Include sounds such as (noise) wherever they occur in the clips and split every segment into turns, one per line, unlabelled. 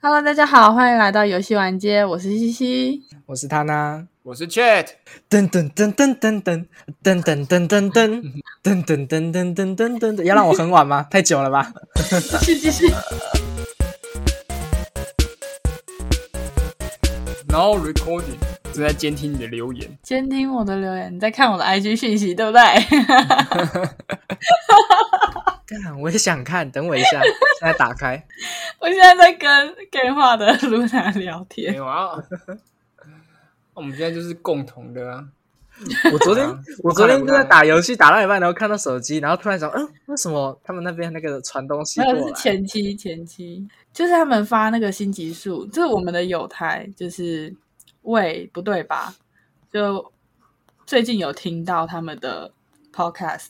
Hello，大家好，欢迎来到游戏玩街，我是西西。
我是他呢。
我是 Chat，
噔噔噔噔噔噔噔噔噔噔噔噔噔噔噔噔噔噔，要让我很晚吗？太久了吧？
继续继续，
然后 Recording 正在监听你的留言，
(laughs) 监听我的留言，你在看我的 IG 讯息，对不对？ (laughs)
干，我也想看，等我一下，现在打开。
我现在在跟 gay 化的露娜聊
没
天，
有啊？ (laughs) 我们现在就是共同的啊，
我昨天
啊
我昨天
不
就
看了
在打游戏，打到一半，然后看到手机，然后突然想，嗯，为什么他们那边那个传东西
没
过
有是
来？
前期前期，就是他们发那个新集数，这是我们的友台，就是喂不对吧？就最近有听到他们的 podcast，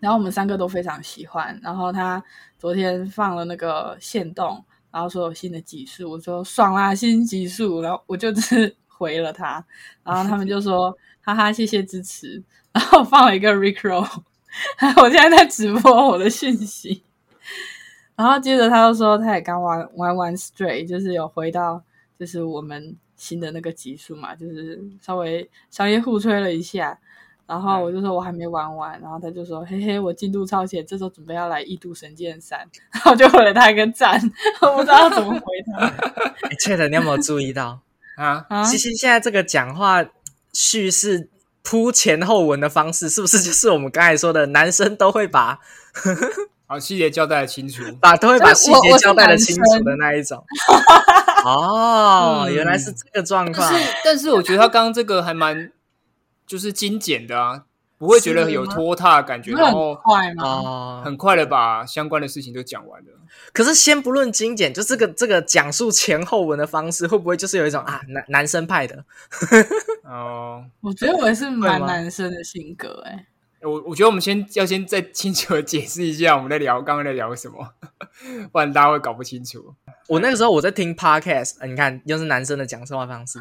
然后我们三个都非常喜欢。然后他昨天放了那个线动，然后说有新的集数，我说爽啦，新集数，然后我就只 (laughs) 是回了他，然后他们就说哈哈，谢谢支持，然后放了一个 Recro，我 (laughs) 现在在直播我的讯息。然后接着他又说，他也刚玩玩完 Stray，就是有回到就是我们新的那个集数嘛，就是稍微商业互吹了一下。然后我就说我还没玩完，然后他就说嘿嘿，我进度超前，这周准备要来《异度神剑三》， (laughs) 然后我就回了他一个赞， (laughs) 我不知道怎么回他
哎确的，你有没有注意到？
啊，
(laughs) 啊。
其实现在这个讲话叙事铺前后文的方式，是不是就是我们刚才说的，男生都会把
好，细节交代得清楚。
把都会把细
所以我
节
我是
交代的
男
清
生
楚的那
(laughs)
一种。哦，
嗯
原来是这个状
但
况。
是，但是我觉得他刚刚这个还蛮就是精简的啊，不会觉得有拖沓的感觉，
不是
然
很
后
快吗？
哦，
很快的把相关的事情都讲完了。
可是先不论精简，就这个这个讲述前后文的方式，会不会就是有一种啊男男生派的？
哦、
我觉得我是蛮
会吗
男生的性格哎、
我我觉得我们先要先再清楚的解释一下我们在聊刚刚在聊什么， (laughs) 不然大家会搞不清楚。
我那个时候我在听 podcast，、呃你看又是男生的讲说话方式。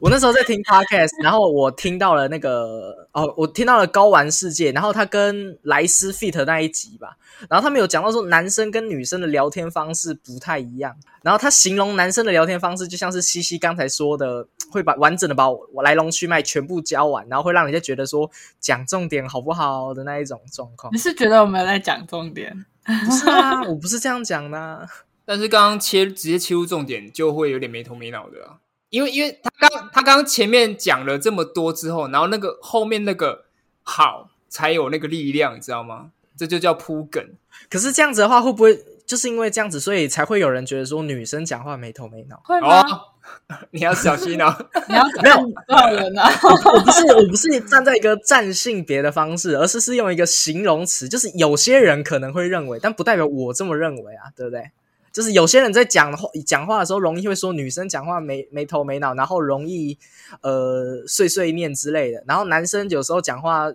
我那时候在听 podcast，然后我听到了那个哦，我听到了高玩世界，然后他跟莱斯 fit 那一集吧，然后他们有讲到说男生跟女生的聊天方式不太一样，然后他形容男生的聊天方式就像是西西刚才说的，会把完整的把我来龙去脉全部教完，然后会让人家觉得说讲重点好不好的那一种状况
你。是觉得我们有在讲重点？？
不是啊，我不是这样讲的啊、
但是刚刚切直接切入重点，就会有点没头没脑的、啊，因为因为他刚他刚前面讲了这么多之后，然后那个后面那个好才有那个力量，你知道吗？这就叫铺梗。
可是这样子的话，会不会就是因为这样子，所以才会有人觉得说女生讲话没头没脑
(laughs) 会吗？
哦， (laughs) 你要小
(laughs)
心哦。
你要
没有
看多少人啊？
我不是，我不是站在一个占性别的方式，而是是用一个形容词，就是有些人可能会认为，但不代表我这么认为啊，对不对？就是有些人在讲话讲话的时候，容易会说女生讲话没没头没脑，然后容易呃碎碎念之类的，然后男生有时候讲话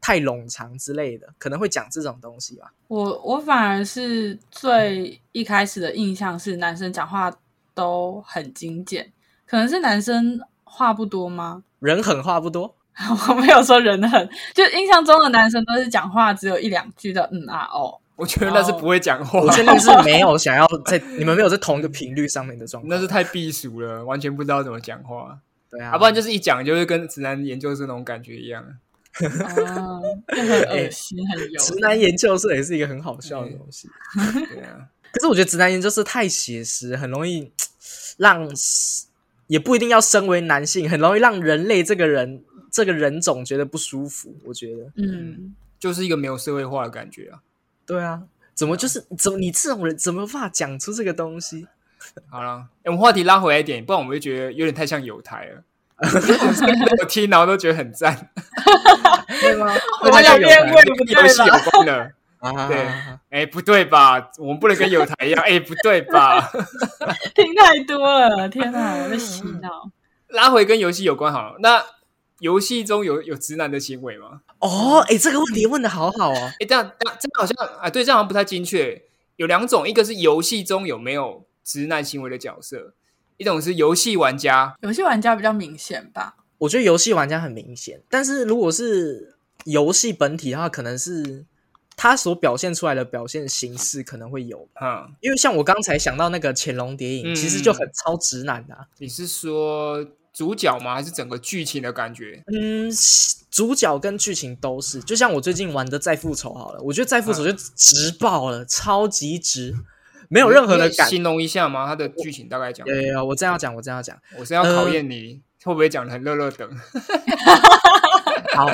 太冗长之类的，可能会讲这种东西吧。
(laughs) 我我反而是最一开始的印象是男生讲话都很精简，可能是男生话不多吗？ (laughs)
人狠话不多，
我没有说人很，就印象中的男生都是讲话只有一两句的嗯啊 (laughs) 哦，
我觉得那是不会讲话，
哦我确定是没有想要在你们没有在同一个频率上面的状况。
那是太避暑了，完全不知道怎么讲话。
对啊，
要、不然就是一讲就是跟直男研究生那种感觉一样。
嗯，就很恶心，很油。
直男研究社也是一个很好笑的东西。
对啊，
可是我觉得直男研究社太写实，很容易让也不一定要身为男性，很容易让人类这个人这个人种觉得不舒服。我觉得，
嗯，
就是一个没有社会化的感觉啊。
对啊，怎么就是怎么你这种人怎么有办法讲出这个东西？
好了、诶我们话题拉回来一点，不然我们就觉得有点太像友台
(laughs)
了。我听，然后都觉得很赞，
对吗？
我们两边
会
问不
跟
对
游戏
了，
有关的。
啊，
对哎、不对吧？我们不能跟友台一样。哎、不对
(laughs)
吧？
听太多了，天哪，我在洗脑。
拉回跟游戏有关好了。那游戏中有有直男的行为吗？
哦，哎、这个问题问的好好哦。
哎，这样这样这样好像啊，对，这样好像不太精确。有两种，一个是游戏中有没有直男行为的角色，一种是游戏玩家。
有些玩家比较明显吧，
我觉得游戏玩家很明显，但是如果是游戏本体的话，可能是他所表现出来的表现形式可能会有，
嗯，
因为像我刚才想到那个潜龙谍影，
嗯
其实就很超直男的啊、
你是说主角吗？还是整个剧情的感觉？
嗯，主角跟剧情都是，就像我最近玩的《再复仇》好了，我觉得《再复仇》
嗯
就直爆了，超级直，没有任何的
你
感。
形容一下吗？它的剧情大概讲，
有有有，我这样要讲，我呃这样要讲。
我是要考验你会不会讲的很热热等。
好，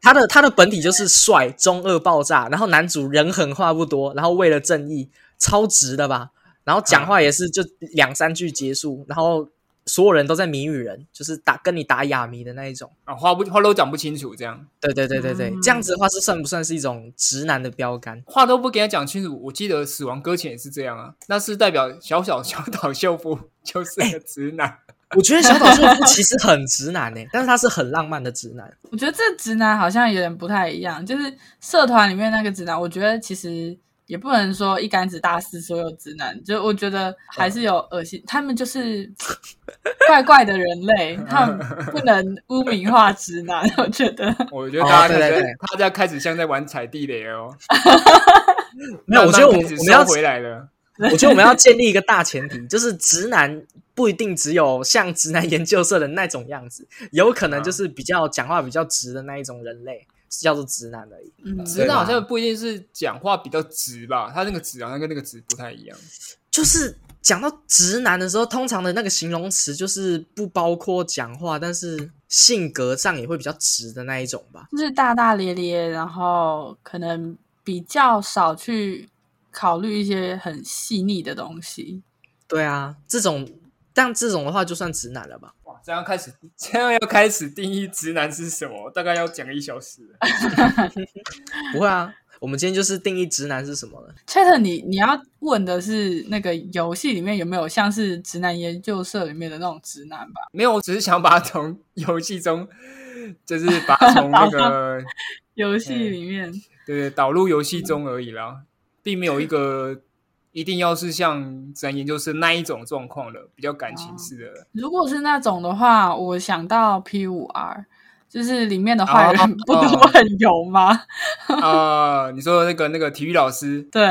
他的他的本体就是帅、中二、爆炸，然后男主人狠话不多，然后为了正义，超直的吧。然后讲话也是就两三句结束，然后所有人都在谜语人，就是打跟你打哑谜的那一种。
啊，话不话都讲不清楚，这样
对对对对对，
嗯
这样子的话是算不算是一种直男的标杆？
话都不给他讲清楚。我记得《死亡搁浅》也是这样啊，那是代表小小小岛秀夫就是个直男。
我觉得小岛秀夫其实很直男呢、欸但是他是很浪漫的直男。
我觉得这直男好像有点不太一样，就是社团里面那个直男，我觉得其实也不能说一竿子打死所有直男，就我觉得还是有恶心，他们就是怪怪的人类，他们不能污名化直男， (laughs) 我觉得。
我觉得大家
哦对
开
对
始
对
大家开始像在玩踩地雷了哦。
没有，我觉得我们
慢慢开始
我们要
收回来了。
我觉得我们要建立一个大前提，就是直男不一定只有像直男研究社的那种样子，有可能就是比较讲话比较直的那一种人类，是叫做直男而已。
嗯，
直男好
对
像不一定是讲话比较直吧，他那个直好像跟那个直不太一样。
就是讲到直男的时候，通常的那个形容词就是不包括讲话，但是性格上也会比较直的那一种吧。
(laughs) 就是大大咧咧，然后可能比较少去考虑一些很细腻的东西。
对啊，这种但这种的话就算直男了吧？
哇，这样开始，这样要开始定义直男是什么，大概要讲一小时了。
不会啊，我们今天就是定义直男是什么了。
Chat，你你要问的是那个游戏里面有没有像是直男研究社里面的那种直男吧？
没有，我只是想把它从游戏中，就是把它从那个
游戏里面，
对对导入游戏中而已啦，并没有一个一定要是像直男研究室那一种状况了，比较感情式的。
如果是那种的话，我想到 P 五 R，就是里面的坏
哦
人不都很油吗？ (laughs)
啊、你说那个那个体育老师，
对，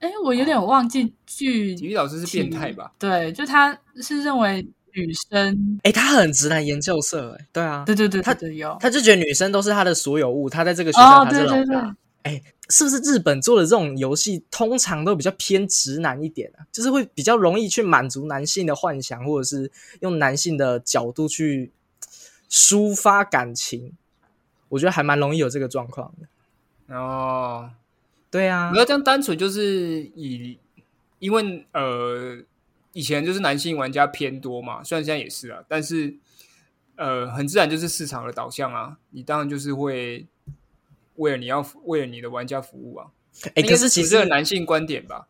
哎，我有
哦
点忘记剧
体育老师是变态吧？？
对，就他是认为女生，
诶，他很直男研究社、诶，对啊，
对对对，
他
对对有。
他就觉得女生都是他的所有物，他在这个学校
哦，
他
对
是老
对对，
大。哎、是不是日本做的这种游戏通常都比较偏直男一点啊？就是会比较容易去满足男性的幻想，或者是用男性的角度去抒发感情。我觉得还蛮容易有这个状况的。
哦，
对啊
不，要这样单纯就是以，因为呃，以前就是男性玩家偏多嘛，虽然现在也是啊，但是呃，很自然就是市场的导向啊，你当然就是会为了你要为了你的玩家服务啊。
哎、
应
可
该
是其
这个
实，
男性观点吧，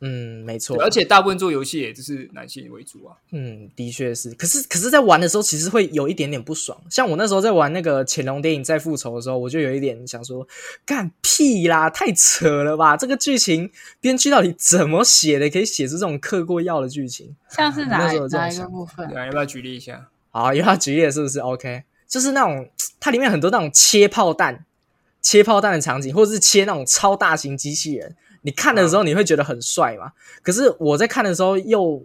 嗯，没错
对，而且大部分做游戏也就是男性为主啊。
嗯，的确是。可是，可是在玩的时候，其实会有一点点不爽。像我那时候在玩那个《潜龙谍影》在复仇的时候，我就有一点想说，干屁啦，太扯了吧！这个剧情编剧到底怎么写的，可以写出这种嗑过药的剧情？
像是哪
那时候有这种
哪一个
想法
部分
对？啊，要不要举例一下？
好，有他举例了是不是？OK，就是那种它里面很多那种切炮弹、切炮弹的场景，或者是切那种超大型机器人。你看的时
嗯
候你会觉得很帅嘛？可是我在看的时候又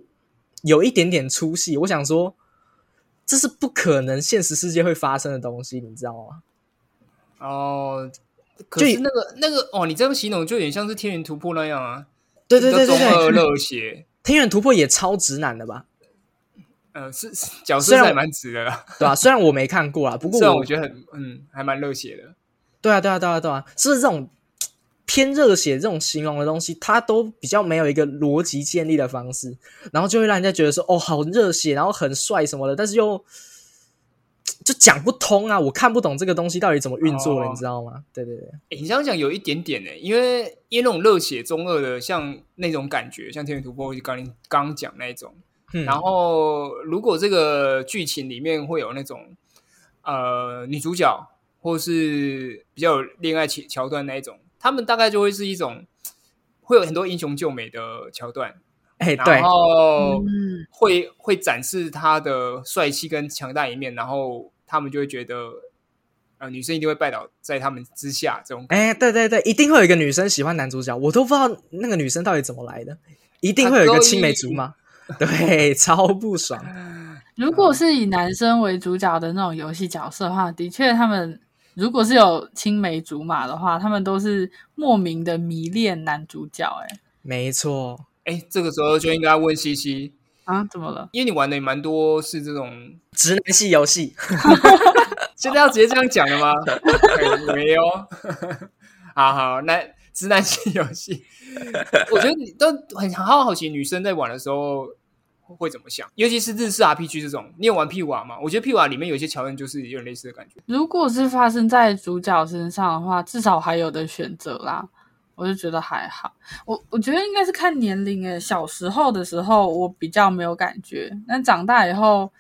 有一点点出戏，我想说这是不可能现实世界会发生的东西，你知道吗？
哦，可是那个那个哦，你这样形容就有点像是《天元突破》那样啊，
对对对对
比较中二
对，
热血，
天元突破也超直男的吧？
呃，是是角色
虽
是
然
还蛮直的啦。
对吧、虽然我没看过啦，不过
(laughs) 虽然
我
我觉得很嗯，还蛮热血的。
对啊，对啊，对啊，对啊，是不是这种偏热血这种形容的东西，它都比较没有一个逻辑建立的方式，然后就会让人家觉得说，哦，好热血，然后很帅什么的，但是又就讲不通啊，我看不懂这个东西到底怎么运作的，
哦
你知道吗？对对对，
诶你这样讲有一点点呢、因为因为那种热血中二的，像那种感觉，像《天元突破》就刚刚刚讲那一种。
嗯，
然后，如果这个剧情里面会有那种呃女主角，或是比较有恋爱桥桥段那一种，他们大概就会是一种会有很多英雄救美的桥段，
哎，对
然，后
哦
嗯，
会会展示他的帅气跟强大一面，然后他们就会觉得，呃女生一定会拜倒在他们之下这种感
哎、对对对，一定会有一个女生喜欢男主角，我都不知道那个女生到底怎么来的，一定会有一个青梅竹马，对，超不爽。
如果是以男生为主角的那种游戏角色的话，的确他们如果是有青梅竹马的话，他们都是莫名的迷恋男主角、欸。
没错，
觉。哎，这个时候就应该问西西，
哎，啊，怎么了？
因为你玩的也蛮多是这种，
直男系游戏，
现在要直接这样讲的吗？哎没有， (laughs) 好好，那直男性游戏，我觉得你都很很好奇女生在玩的时候会怎么想，尤其是日式 RPG 这种，你有玩 P 瓦吗？我觉得 P 瓦里面有些桥段就是有点类似的感觉。
如果是发生在主角身上的话，至少还有的选择啦。我就觉得还好，我我觉得应该是看年龄诶。小时候的时候我比较没有感觉，但长大以后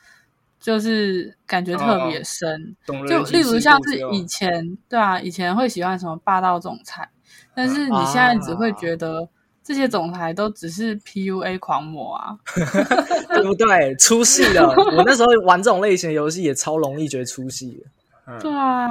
就是感觉特别深。
懂了，
就例如像是以前，对啊，以前会喜欢什么霸道总裁，但是你现在只会觉得这些总裁都只是 PUA 狂魔啊。
(laughs) 对不对？出戏了。我那时候玩这种类型的游戏也超容易觉得出戏的。
嗯
对啊，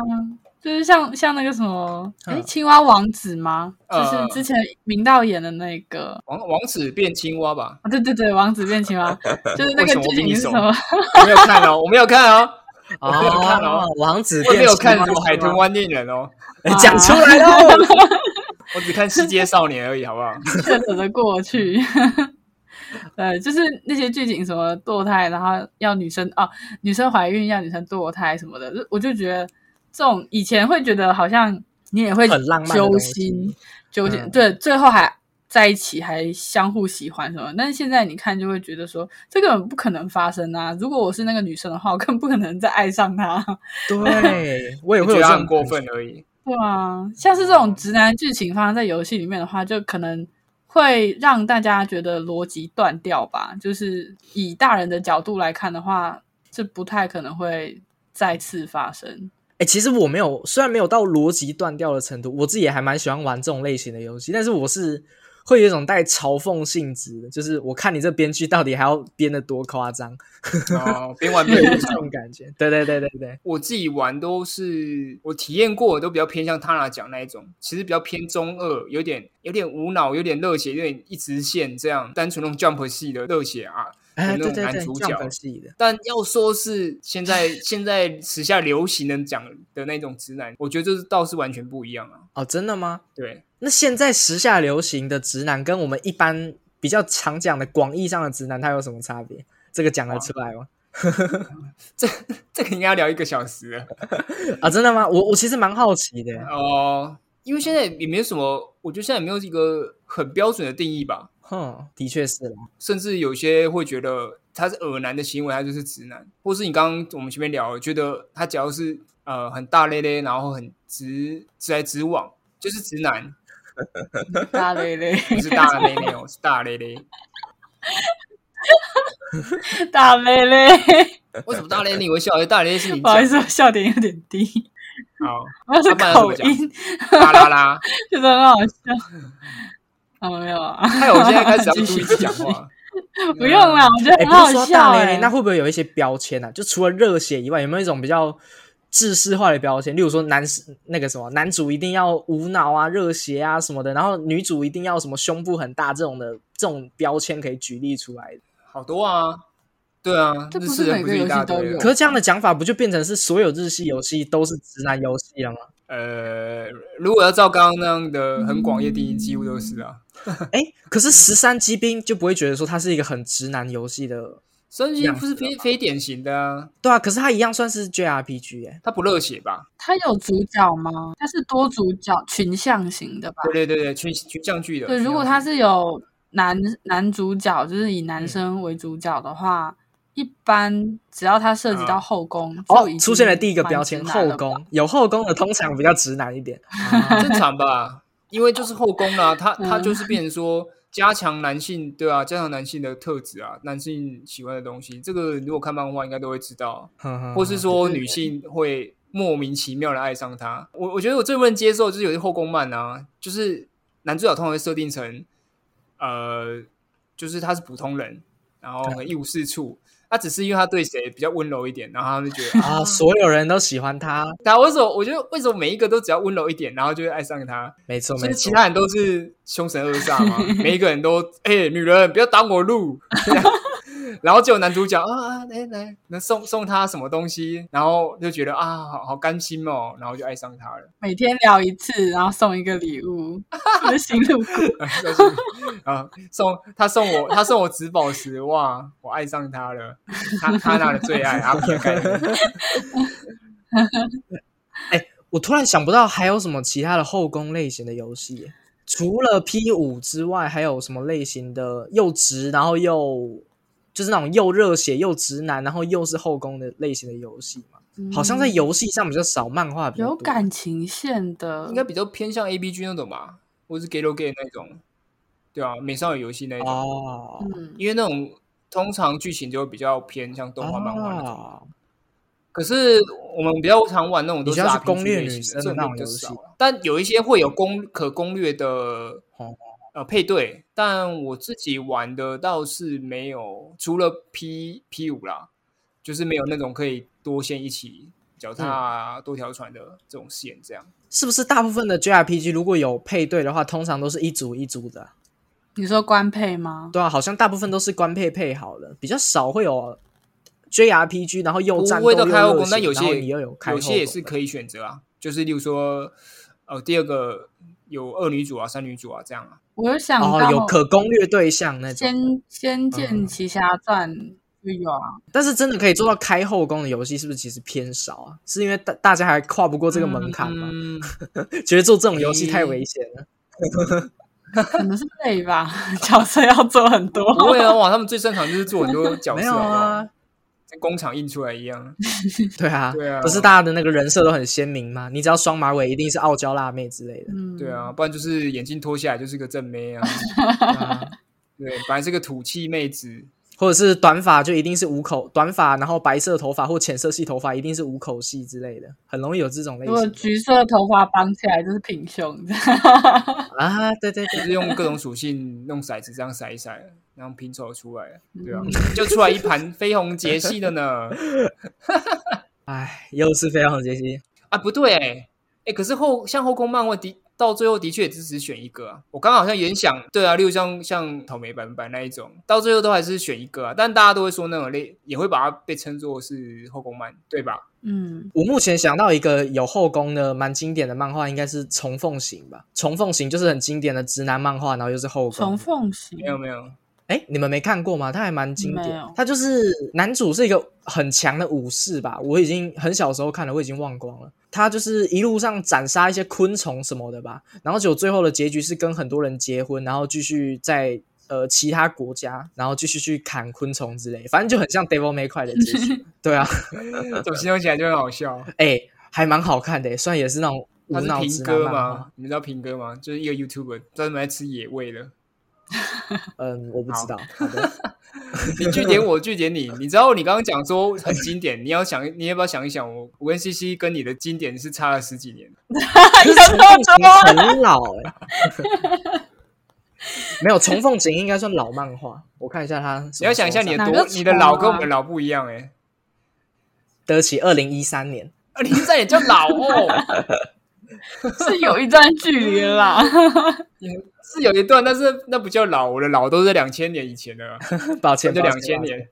就是像像那个什么，哎、
嗯
青蛙王子吗？就是
呃
之前明道演的那个。
王王子变青蛙吧？
啊，对对对，王子变青
(laughs)
蛙，就是那
为
个
什么我
剧
比
情
你
是
熟
什么？
我没有看哦，我没有看哦， (laughs) 我没有看
哦
哦，
王子
(laughs) 我
变
没有看
青蛙
什么《海豚湾恋人》哦，
哎讲出来了。
(laughs) 我只看《世界少年》而已，好不好？
牵扯着过去。对，就是那些剧情什么堕胎，然后要女生哦，女生怀孕要女生堕胎什么的，就我就觉得这种以前会觉得好像你也会
很浪漫的
揪
东西
心，揪心、
嗯
对，最后还在一起，还相互喜欢什么。但是现在你看就会觉得说这个不可能发生啊！如果我是那个女生的话，我更不可能再爱上他。
对，我也
(laughs) 我
会有
觉
这
得他
种
很过
感觉
分而已。
对啊，像是这种直男剧情发生在游戏里面的话，就可能会让大家觉得逻辑断掉吧。就是以大人的角度来看的话，这不太可能会再次发生。
哎、其实我没有，虽然没有到逻辑断掉的程度，我自己也还蛮喜欢玩这种类型的游戏，但是我是会有一种带嘲讽性质的，就是我看你这编剧到底还要编的多夸张，
哦，边玩
会
边
有
哭 (laughs)
一种感觉。对对对对对，
我自己玩都是我体验过，都比较偏向他那讲那一种，其实比较偏中二，有点有点无脑，有点热血，有点一直线这样，单纯那种 jump 系的热血啊。
哎，
有那
对
种
对
男
对
主角
，Jump 系的，
但要说是现在 (laughs) 现在时下流行的讲的那种直男，我觉得这是倒是完全不一样啊。
哦，真的吗？
对，
那现在时下流行的直男跟我们一般比较常讲的广义上的直男，他有什么差别？这个讲得出来吗？
这个应该要聊一个小时了。
啊，真的吗？我我其实蛮好奇的。
哦，因为现在也没有什么，我觉得现在也没有一个很标准的定义吧，
哼，的确是啦。
甚至有些会觉得他是耳男的行为，他就是直男，或是你刚刚我们前面聊，觉得他只要是呃很大咧咧，然后很直直来直往，就是直男，
大雷雷，
不是大咧咧哦，是大咧咧。
大雷
(laughs)
雷，
为什么大咧咧你会笑？大咧咧是你
不好
讲
意思，我笑点有点低，
好，
我是
他本来怎
口
么讲
音，
啦啦啦，
觉得很好笑。哦，没有啊， (laughs)
害我现在开始要注意
继续
讲
继续
话。
不用啦，我觉得
哎、
很
不
好
是说
笑、
大
欸。
咧咧，那会不会有一些标签啊？就除了热血以外，有没有一种比较制式化的标签？例如说男那个什么男主一定要无脑啊、热血啊什么的，然后女主一定要什么胸部很大这种的这种标签可以举例出来的。
好多啊，对啊，
这不
日
是
式人
每
不
个
是一
游戏
大
都
堆
有
了
可是这样的讲法不就变成是所有日系游戏都是直男游戏了吗？
呃，如果要照刚刚那样的很广义的定义，几乎都是
嗯
啊。
哎、可是十三机兵就不会觉得说它是一个很直男游戏的，
三
这
星
样
不是非非典型的啊，
对啊。可是它一样算是 JRPG 哎、
他不热血吧？
它有主角吗？它是多主角群像型的吧？
对对对对，群群像剧的。
对，
群
如果
像
他
剧
是有男男主角，就是以
嗯
男生为主角的话，一般只要他涉及到
啊
后宫，
哦
就已，经
出现了第一个标签，
蛮直男
后
了吧。
宫有后宫的通常比较直男
(laughs)
一点。啊
正常吧？因为就是后宫啦、他他
嗯
就是变成说加强男性，对啊，加强男性的特质啊，男性喜欢的东西，这个如果看漫画应该都会知道啊。
嗯
或是说女性会莫名其妙的爱上他。我我觉得我最不能接受就是有些后宫漫啊，就是男主角通常会设定成，呃，就是他是普通人，然后很一无是处。他只是因为他对谁比较温柔一点，然后他们就觉得啊， (laughs)
啊，所有人都喜欢他，
他为什么？我觉得为什么每一个都只要温柔一点，然后就会爱上他？
没错
所
没
以
错
其。他人都是凶神恶煞 (laughs) 嘛，每一个人都哎、女人不要挡我路。 (laughs) 这样然后就有男主角啊，啊来来，能送送他什么东西，然后就觉得啊，好好甘心哦，然后就爱上他了。 (laughs)
每天聊一次，然后送一个礼物， (laughs) 是新路谷。
啊，送他送我，他送我紫宝石，哇，我爱上他了，他他拿了最爱，阿皮的概念。
我突然想不到还有什么其他的后宫类型的游戏耶，除了 P 五之外，还有什么类型的又直，然后又就是那种又热血又直男，然后又是后宫的类型的游戏嘛？ (laughs) 好像在
嗯
游戏上比较少，漫画比较
有
多
感情线的，
应该比较偏向 A B G 那种吧，或是 Galo Game 那种，对啊，美少女游戏那一种，
哦，
嗯，
因为那种通常剧情就会比较偏向动画、漫画那种。
哦
可是我们比较常玩那种都
你像是
RPG
攻略
类型
女
的
生
这种
那种
就比较
游戏
少了但有一些会有攻可攻略的
哦
呃配对，但我自己玩的倒是没有，除了 P P 五啦，就是没有那种可以多线一起
嗯
脚踏啊、多条船的这种线这样。
是不是大部分的 JRPG 如果有配对的话，通常都是一组一组的啊？
你说官配吗？
对啊，好像大部分都是官配配好的，比较少会有 JRPG，然后又战
不
斗又
会到开后
热
宫，但
血
有
然后
些
你又有开
有
后
些也
宫
是
的哦
可以选择啊，就是例如说呃第二个有二女主啊、三女主啊这样啊。
我有想
哦，
到
有可攻略对象那种，
仙仙剑
嗯
奇侠传》就有啊，
但是真的可以做到开后宫的游戏，是不是其实偏少啊？是因为大大家还跨不过这个门槛吗？
嗯，
觉得做这种游戏太危险了。
可能是累吧， (laughs) 角色要做很多。
(laughs) 不会啊，哇，他们最擅长就是做很多角
(laughs) 没
色，
有
好不好
啊，
跟工厂印出来
(laughs)
一样。
对啊，
对啊
不是大家的那个人设都很鲜明吗？你只要双马尾，一定是傲娇辣妹之类的。
嗯，
对啊，，不然就是眼镜脱下来就是个正妹
(laughs)
啊，
对啊
对，本来是个土气妹子，
或者是短发就一定是五口短发，然后白色头发或浅色系头发一定是五口系之类的，很容易有这种类
嗯如果
型
橘色头发绑起来就是平胸，
啊。对对
就
对，
是用各种属性弄骰子这样骰一骰，然后拼凑出来，对啊
嗯，
就出来一盘绯红杰系的呢。
哎，又是非常杰西，
啊，不对、欸，哎、可是后像后宫漫画的到最后的确也只只选一个啊。我刚刚好像也想，对啊，例如像像草莓百分百那一种，到最后都还是选一个啊。但大家都会说那种类，也会把它被称作是后宫漫，对吧？
嗯，
我目前想到一个有后宫的蛮经典的漫画，应该是《重凤行》吧，《重凤行》就是很经典的直男漫画，然后又是后宫。
重凤型
没有没有，
哎，你们没看过吗？它还蛮经
没
典
有。
它就是男主是一个很强的武士吧，我已经很小时候看了，我已经忘光了。他就是一路上斩杀一些昆虫什么的吧，然后就最后的结局是跟很多人结婚，然后继续在呃其他国家，然后继续去砍昆虫之类，反正就很像 Devil May Cry 的结
(laughs)
局。对啊，
这种形容起来就很好笑。
哎，还蛮好看的，虽然也是那种无
他是
脑直男
平哥
漫画。
吗？你们知道平哥吗？就是一个 YouTuber 专门来吃野味的。
嗯，我不知
好
道。好的
你据点我，据点你。你知道你刚刚讲说很经典，你要想，你要不要想一想我？我跟西西跟你的经典是差了十几年。
可是重凤行很老哎、没有重凤行应该算老漫画，我看一下它。
你要想一下你的
哪
多，
个
你的
虫
老跟我
啊
们的老不一样哎、
得起二零一三年，
二零三也叫老哦，
是有一段距离了啦。
(laughs) 是有一段，但是那不叫老，我的老都是两千年以
(laughs)
前的，
抱歉，
就
抱
两
歉
千，年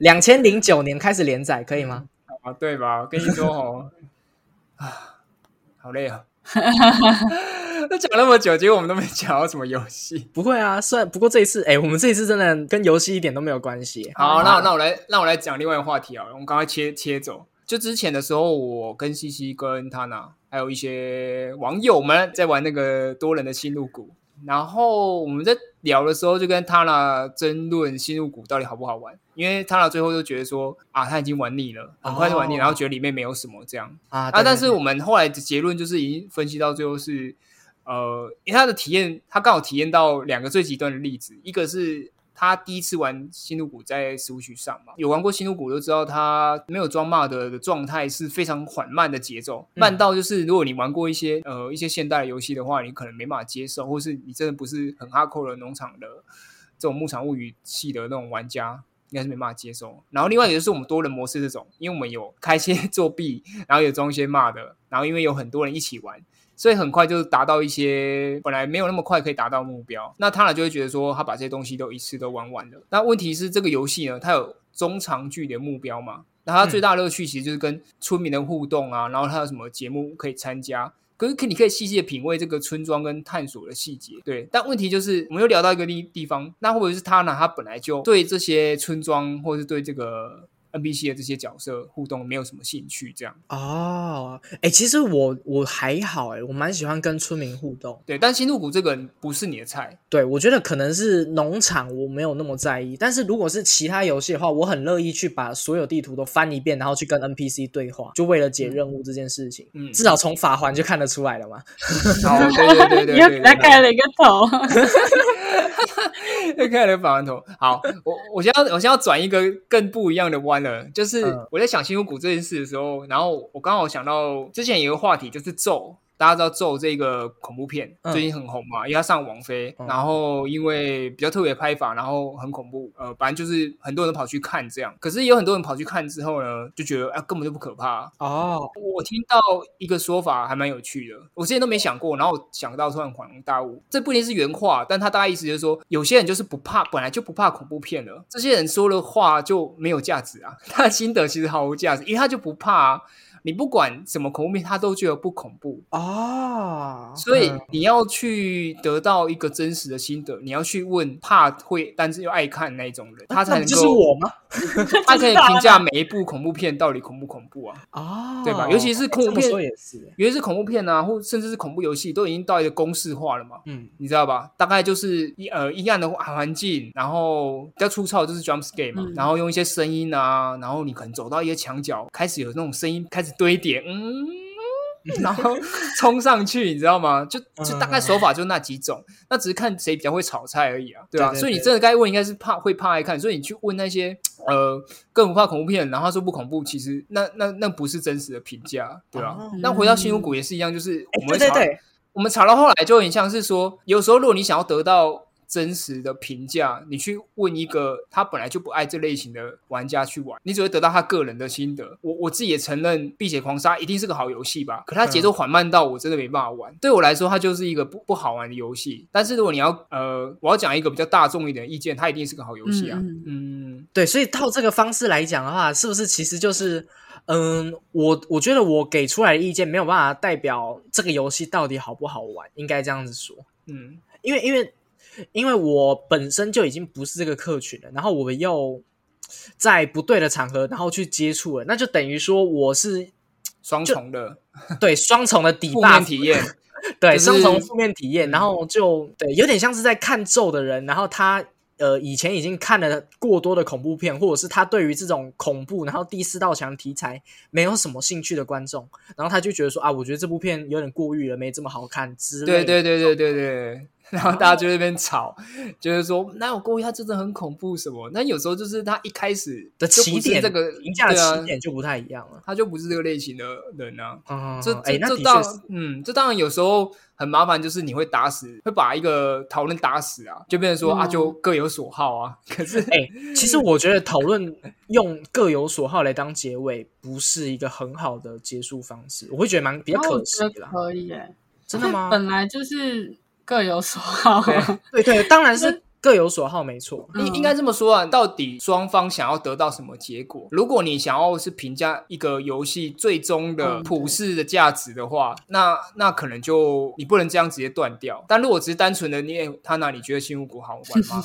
两千零九年开始连载，可以吗？
啊，对吧？我跟你说
(laughs)
哦，啊，好累啊、 (laughs) 哦，都讲那么久，结果我们都没讲到什么游戏。
不会啊，算不过这一次，哎、我们这一次真的跟游戏一点都没有关系。
好，那那我来，那我来讲另外一个话题啊，我们刚快切切走。就之前的时候，我跟西西、跟他呢，还有一些网友们在玩那个多人的新入谷，然后我们在聊的时候，就跟 Tana 争论新入谷到底好不好玩，因为 Tana 最后就觉得说啊，他已经玩腻了，很快就玩腻，
哦
然后觉得里面没有什么这样
啊
啊。但是我
我
们后来的结论就是，已经分析到最后是，呃，因为他的体验，他刚好体验到两个最极端的例子，一个是他第一次玩新入谷在 Switch 上嘛，有玩过新入谷都知道，他没有装 mod 的状态是非常缓慢的节奏，
嗯
慢到就是如果你玩过一些呃一些现代的游戏的话，你可能没办法接受，或是你真的不是很哈扣的农场的这种牧场物语系的那种玩家应该是没办法接受。然后另外也就是我们多人模式这种，因为我们有开一些 (laughs) 作弊，然后有装一些骂的，然后因为有很多人一起玩，所以很快就达到一些本来没有那么快可以达到目标。那他呢就会觉得说，他把这些东西都一次都玩完了。那问题是这个游戏呢，它有中长距离的目标嘛？那它最大的乐趣其实就是跟村民的互动啊，然后它有什么节目可以参加。可是可你可以细细的品味这个村庄跟探索的细节，对。但问题就是，我们又聊到一个地地方，那会不会是他呢？他本来就对这些村庄或是对这个 NPC 的这些角色互动没有什么兴趣，这样
哦，哎、其实我我还好、哎，我蛮喜欢跟村民互动。
对。但新入谷这个不是你的菜，
对，我觉得可能是农场我没有那么在意，但是如果是其他游戏的话，我很乐意去把所有地图都翻一遍，然后去跟 NPC 对话，就为了解任务这件事情。
嗯
至少从法环就看得出来了嘛。
(laughs)
好，哦对对对
你又给
对对
他
(laughs)
盖了一个头，
又开了法兰头。好，我我现在要我现在要转一个更不一样的弯了，就是
嗯
我在想新湖谷这件事的时候，然后我刚好想到之前有一个话题，就是咒。大家知道《咒》这个恐怖片
嗯
最近很红嘛，因为它上网飞，
嗯
然后因为比较特别的拍法，然后很恐怖，呃，反正就是很多人都跑去看这样。可是也有很多人跑去看之后呢，就觉得啊根本就不可怕，
哦，
我听到一个说法还蛮有趣的，我之前都没想过，然后我想到突然恍然大悟，这不一定是原话，但他大概意思就是说，有些人就是不怕，本来就不怕恐怖片了，这些人说的话就没有价值啊， (laughs) 他的心得其实毫无价值，因为他就不怕、啊，你不管什么恐怖片，他都觉得不恐怖，
哦，
所以
嗯
你要去得到一个真实的心得，你要去问怕会，但是又爱看那一种人，他
啊
才
那
能
不就
够，
是我 (laughs) 吗？
他可以评价每一部恐怖片到底恐不恐怖啊。
哦，
对吧尤其是恐怖
这么
片
说也是，
尤其是恐怖片啊，或甚至是恐怖游戏，都已经到一个公式化了嘛，
嗯，
你知道吧？大概就是一呃阴暗的环境，然后比较粗糙的就是 jump scare 嘛，
嗯
然后用一些声音啊，然后你可能走到一些墙角，开始有那种声音开始堆叠，嗯。
(laughs)
然后冲上去，你知道吗？就
嗯
就大概手法就那几种，那只是看谁比较会炒菜而已啊，对吧、啊？
对对
所以你
对
真的该问，应该是怕会怕爱看，所以你去问那些呃更不怕恐怖片，然后他说不恐怖，其实那那那不是真实的评价，对吧、
哦
那回到新五谷也是一样，就是我
哎
们
对对
会查
对，
我们吵到后来就很像是说，有时候如果你想要得到真实的评价，你去问一个他本来就不爱这类型的玩家去玩，你只会得到他个人的心得。我我自己也承认，《碧血狂杀》一定是个好游戏吧，可它
嗯
节奏缓慢到我真的没办法玩。对我来说，它就是一个不不好玩的游戏。但是如果你要呃，我要讲一个比较大众一点的意见，它一定是个好游戏啊。
嗯
嗯
对，所以套这个方式来讲的话，是不是其实就是，嗯，我我觉得我给出来的意见没有办法代表这个游戏到底好不好玩，应该这样子说，
嗯
因为因为因为我本身就已经不是这个客群了，然后我又在不对的场合，然后去接触了，那就等于说我
(laughs)
是
双重的
对双重的底
负面
buff，
体验，
对，
就是
双重负面体验，
嗯
然后就对，有点像是在看咒的人，然后他呃以前已经看了过多的恐怖片，或者是他对于这种恐怖，然后第四道墙题材没有什么兴趣的观众，然后他就觉得说啊，我觉得这部片有点过誉了，没这么好看之类
对
的。
对对对对对。 (laughs) 然后大家就在那边吵，就是说，那我故意他真的很恐怖什么？那有时候就是他一开始
的
就不
起
是
点，
这个
评价的
对啊
起点就不太一样了。
他就不是这个类型的人啊。
嗯，
这
哎
这，
那
这
的
当
确是，
嗯，这当然有时候很麻烦，就是你会打死，会把一个讨论打死啊，就变成说啊，
嗯
就各有所好啊。可是
哎，其实我觉得讨论用各有所好来当结尾，不是一个很好的结束方式，我会觉得蛮比较
然后我
可惜
觉得
啦。
可以耶，
真的吗？
本来就是各有所好，
对对，当然是各有所好，没错。
嗯
应应该这么说啊，到底双方想要得到什么结果？如果你想要是评价一个游戏最终的
嗯
普世的价值的话，那那可能就你不能这样直接断掉。但如果只是单纯的你，哎他那你觉得《新五谷》好玩
(laughs)
吗？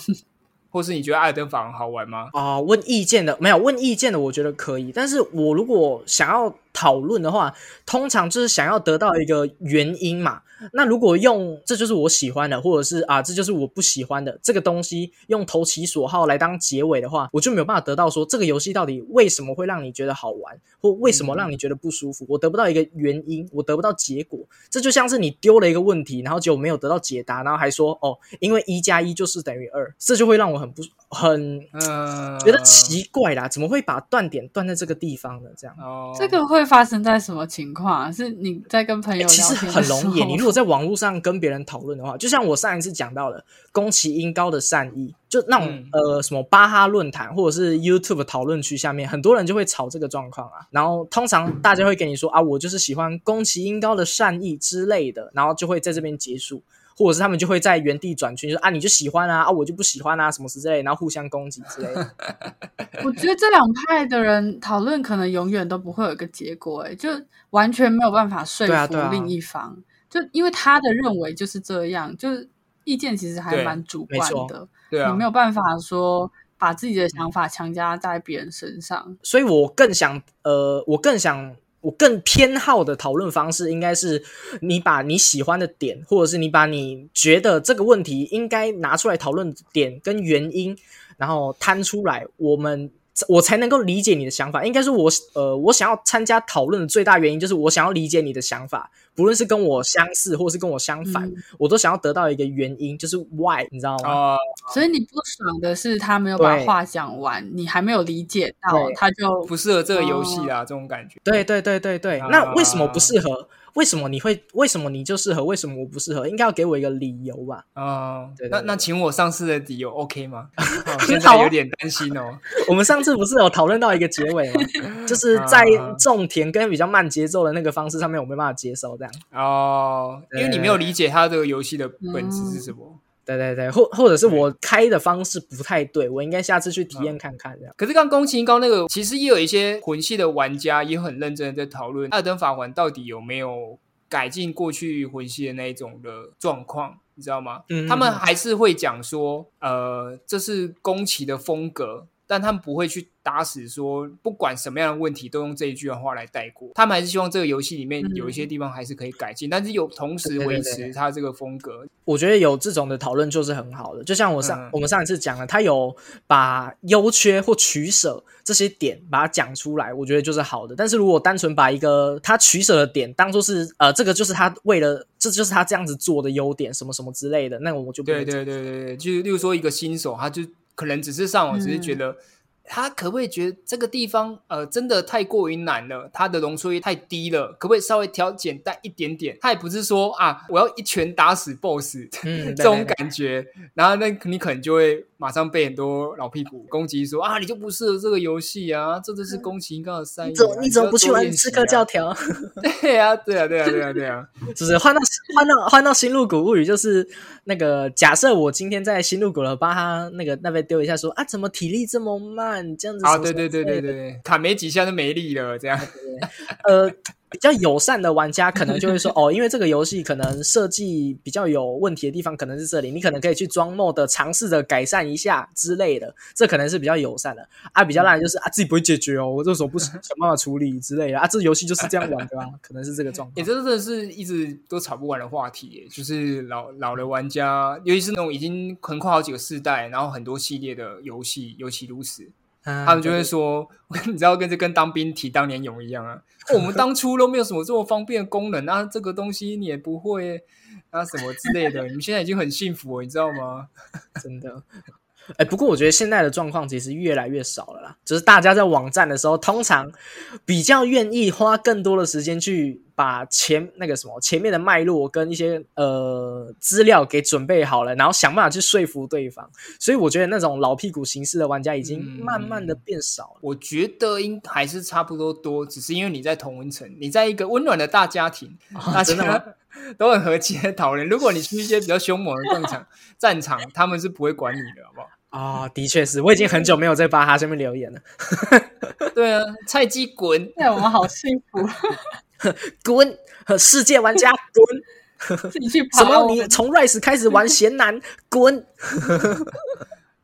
或是你觉得《艾尔登法环》好玩吗？
啊、问意见的没有问意见的，我觉得可以。但是我如果想要讨论的话，通常就是想要得到一个原因嘛。那如果用这就是我喜欢的，或者是啊这就是我不喜欢的这个东西，用投其所好来当结尾的话，我就没有办法得到说这个游戏到底为什么会让你觉得好玩，或为什么让你觉得不舒服。我得不到一个原因，我得不到结果。这就像是你丢了一个问题，然后结果没有得到解答，然后还说哦，因为一加一就是等于二，这就会让我很不很
嗯，
呃
觉得奇怪啦，怎么会把断点断在这个地方呢？这样，
哦，
这个会会发生在什么情况啊？是你在跟朋友聊
其
天
实
的
很
时
容易。
候
你如果在网络上跟别人讨论的话，就像我上一次讲到了宫崎英高的善意，就那种、
嗯
呃什么巴哈论坛或者是 YouTube 讨论区下面，很多人就会吵这个状况啊。然后通常大家会跟你说啊，我就是喜欢宫崎英高的善意之类的，然后就会在这边结束。或者是他们就会在原地转圈，就说啊你就喜欢啊啊我就不喜欢啊什么之类的，然后互相攻击之类的。
我觉得这两派的人讨论可能永远都不会有一个结果、哎，就完全没有办法说
对啊
服
对啊
另一方，就因为他的认为就是这样，就是意见其实还
对
蛮主
没
观
错
的，
对啊，
你没有办法说把自己的想法强加在别人身上。
所以我更想，呃，我更想，我更偏好的讨论方式应该是，你把你喜欢的点，或者是你把你觉得这个问题应该拿出来讨论的点跟原因，然后摊出来，我们我才能够理解你的想法。应该说我，呃，我想要参加讨论的最大原因就是我想要理解你的想法，不论是跟我相似，或是跟我相反，
嗯
我都想要得到一个原因，就是 why，你知道吗？
哦，
所以你不爽的是他没有把
啊对
话讲完，你还没有理解到
对，
他就
不适合这个游戏
哦
啦，这种感觉。
对对对对对，
啊
那为什么不适合？为什么你会？为什么你就适合？为什么我不适合？应该要给我一个理由吧。
哦
对对，
那
对
那请我上次的理由 OK 吗？
(laughs)
哦
很
现
好
在
啊
有点担心哦。
我们上次不是有讨论到一个结尾吗？就是在
啊
种田跟比较慢节奏的那个方式上面，我没办法接受这样。
哦，因为你没有理解它这个游戏的本质是什么。
对对对，或或者是我开的方式不太对，我应该下次去体验看看这样。
可是刚宫崎英高那个，其实也有一些魂系的玩家也很认真的在讨论《艾登法环》到底有没有改进过去魂系的那一种的状况，你知道吗？
嗯
他们还是会讲说，呃，这是宫崎的风格。但他们不会去打死说，不管什么样的问题都用这一句话来带过。他们还是希望这个游戏里面
嗯
有一些地方还是可以改进，但是有同时
对对对
维
对
持它这个风格。
我觉得有这种的讨论就是很好的，就像我上、
嗯
我们上一次讲了，他有把优缺或取舍这些点把它讲出来，我觉得就是好的。但是如果单纯把一个他取舍的点当做是呃这个就是他为了这就是他这样子做的优点什么什么之类的，那我就不
对
能
对对对对，就是例如说一个新手，他就可能只是上网，
嗯
只是觉得、他可不可以觉得这个地方呃真的太过于难了，它的容错率太低了，可不可以稍微调简单一点点？他也不是说啊我要一拳打死 BOSS (laughs)
嗯
这种感觉，然后那你可能就会马上被很多老屁股攻击说啊你就不适合这个游戏啊，这就是宫崎英高的三、啊，
嗯你怎么你怎么不去玩刺客教
教？
条？
啊 (laughs)
(laughs)
对啊对啊对啊对啊对啊，
是不是换到换到换到新入谷物语？就是那个假设我今天在新入谷了，把他那个那边丢一下说啊，怎么体力这么慢？ (laughs) 这样子
啊
什么
对
什么
对对
之类的
对对对，砍没几下就没力了这样。
呃，比较友善的玩家可能就会
(laughs)
说，哦，因为这个游戏可能设计比较有问题的地方，可能是这里，你可能可以去装 mod 尝试着改善一下之类的，这可能是比较友善的。啊，比较烂的就是啊，自己不会解决哦，我这时候不 (laughs) 想办法处理之类的啊，这游戏就是这样玩的啊，可能是这个
(laughs)
状况。
也、欸这真的是一直都吵不完的话题耶，就是老老的玩家，尤其是那种已经横跨好几个世代，然后很多系列的游戏，尤其如此，他
他
们就会说， (laughs) 你知道，跟这跟当兵提当年勇一样啊，哦我们当初都没有什么这么方便的功能啊，这个东西你也不会耶啊，什么之类的，你们现在已经很幸福了，你知道吗？
真的。哎，不过我觉得现在的状况其实越来越少了啦，就是大家在网站的时候，通常比较愿意花更多的时间去把前那个什么前面的脉络跟一些呃资料给准备好了，然后想办法去说服对方。所以我觉得那种老屁股形式的玩家已经
嗯
慢慢的变少了。
我觉得应还是差不多多，只是因为你在同温层，你在一个温暖的大家庭，大
哦真的吗
家 (laughs) 都很和气的讨论。如果你去一些比较凶猛的战场， (laughs) 战场他们是不会管你的，好不 (laughs) 好？
啊、的确是，我已经很久没有在巴哈下面留言了，
对啊，菜鸡滚！
对我们好幸
(laughs)
福，
滚！呃世界玩
(laughs)
家滚！
自己去爬
什么？
我
你
们
从 Rice 开始玩 (laughs) 贤男，滚！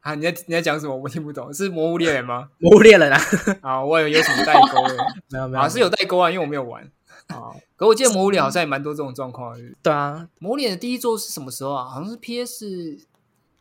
啊！你在你在讲什么？我听不懂，是魔物猎人吗？ (laughs)
魔物猎人啊，
啊，我以为有什么代沟了
(laughs) 没有没有，
啊，是有代沟啊，因为我没有玩。
哦
可我记得魔物猎人好像也蛮多这种状况的。是不是
对啊，
魔物猎人的第一座是什么时候啊？好像是 PS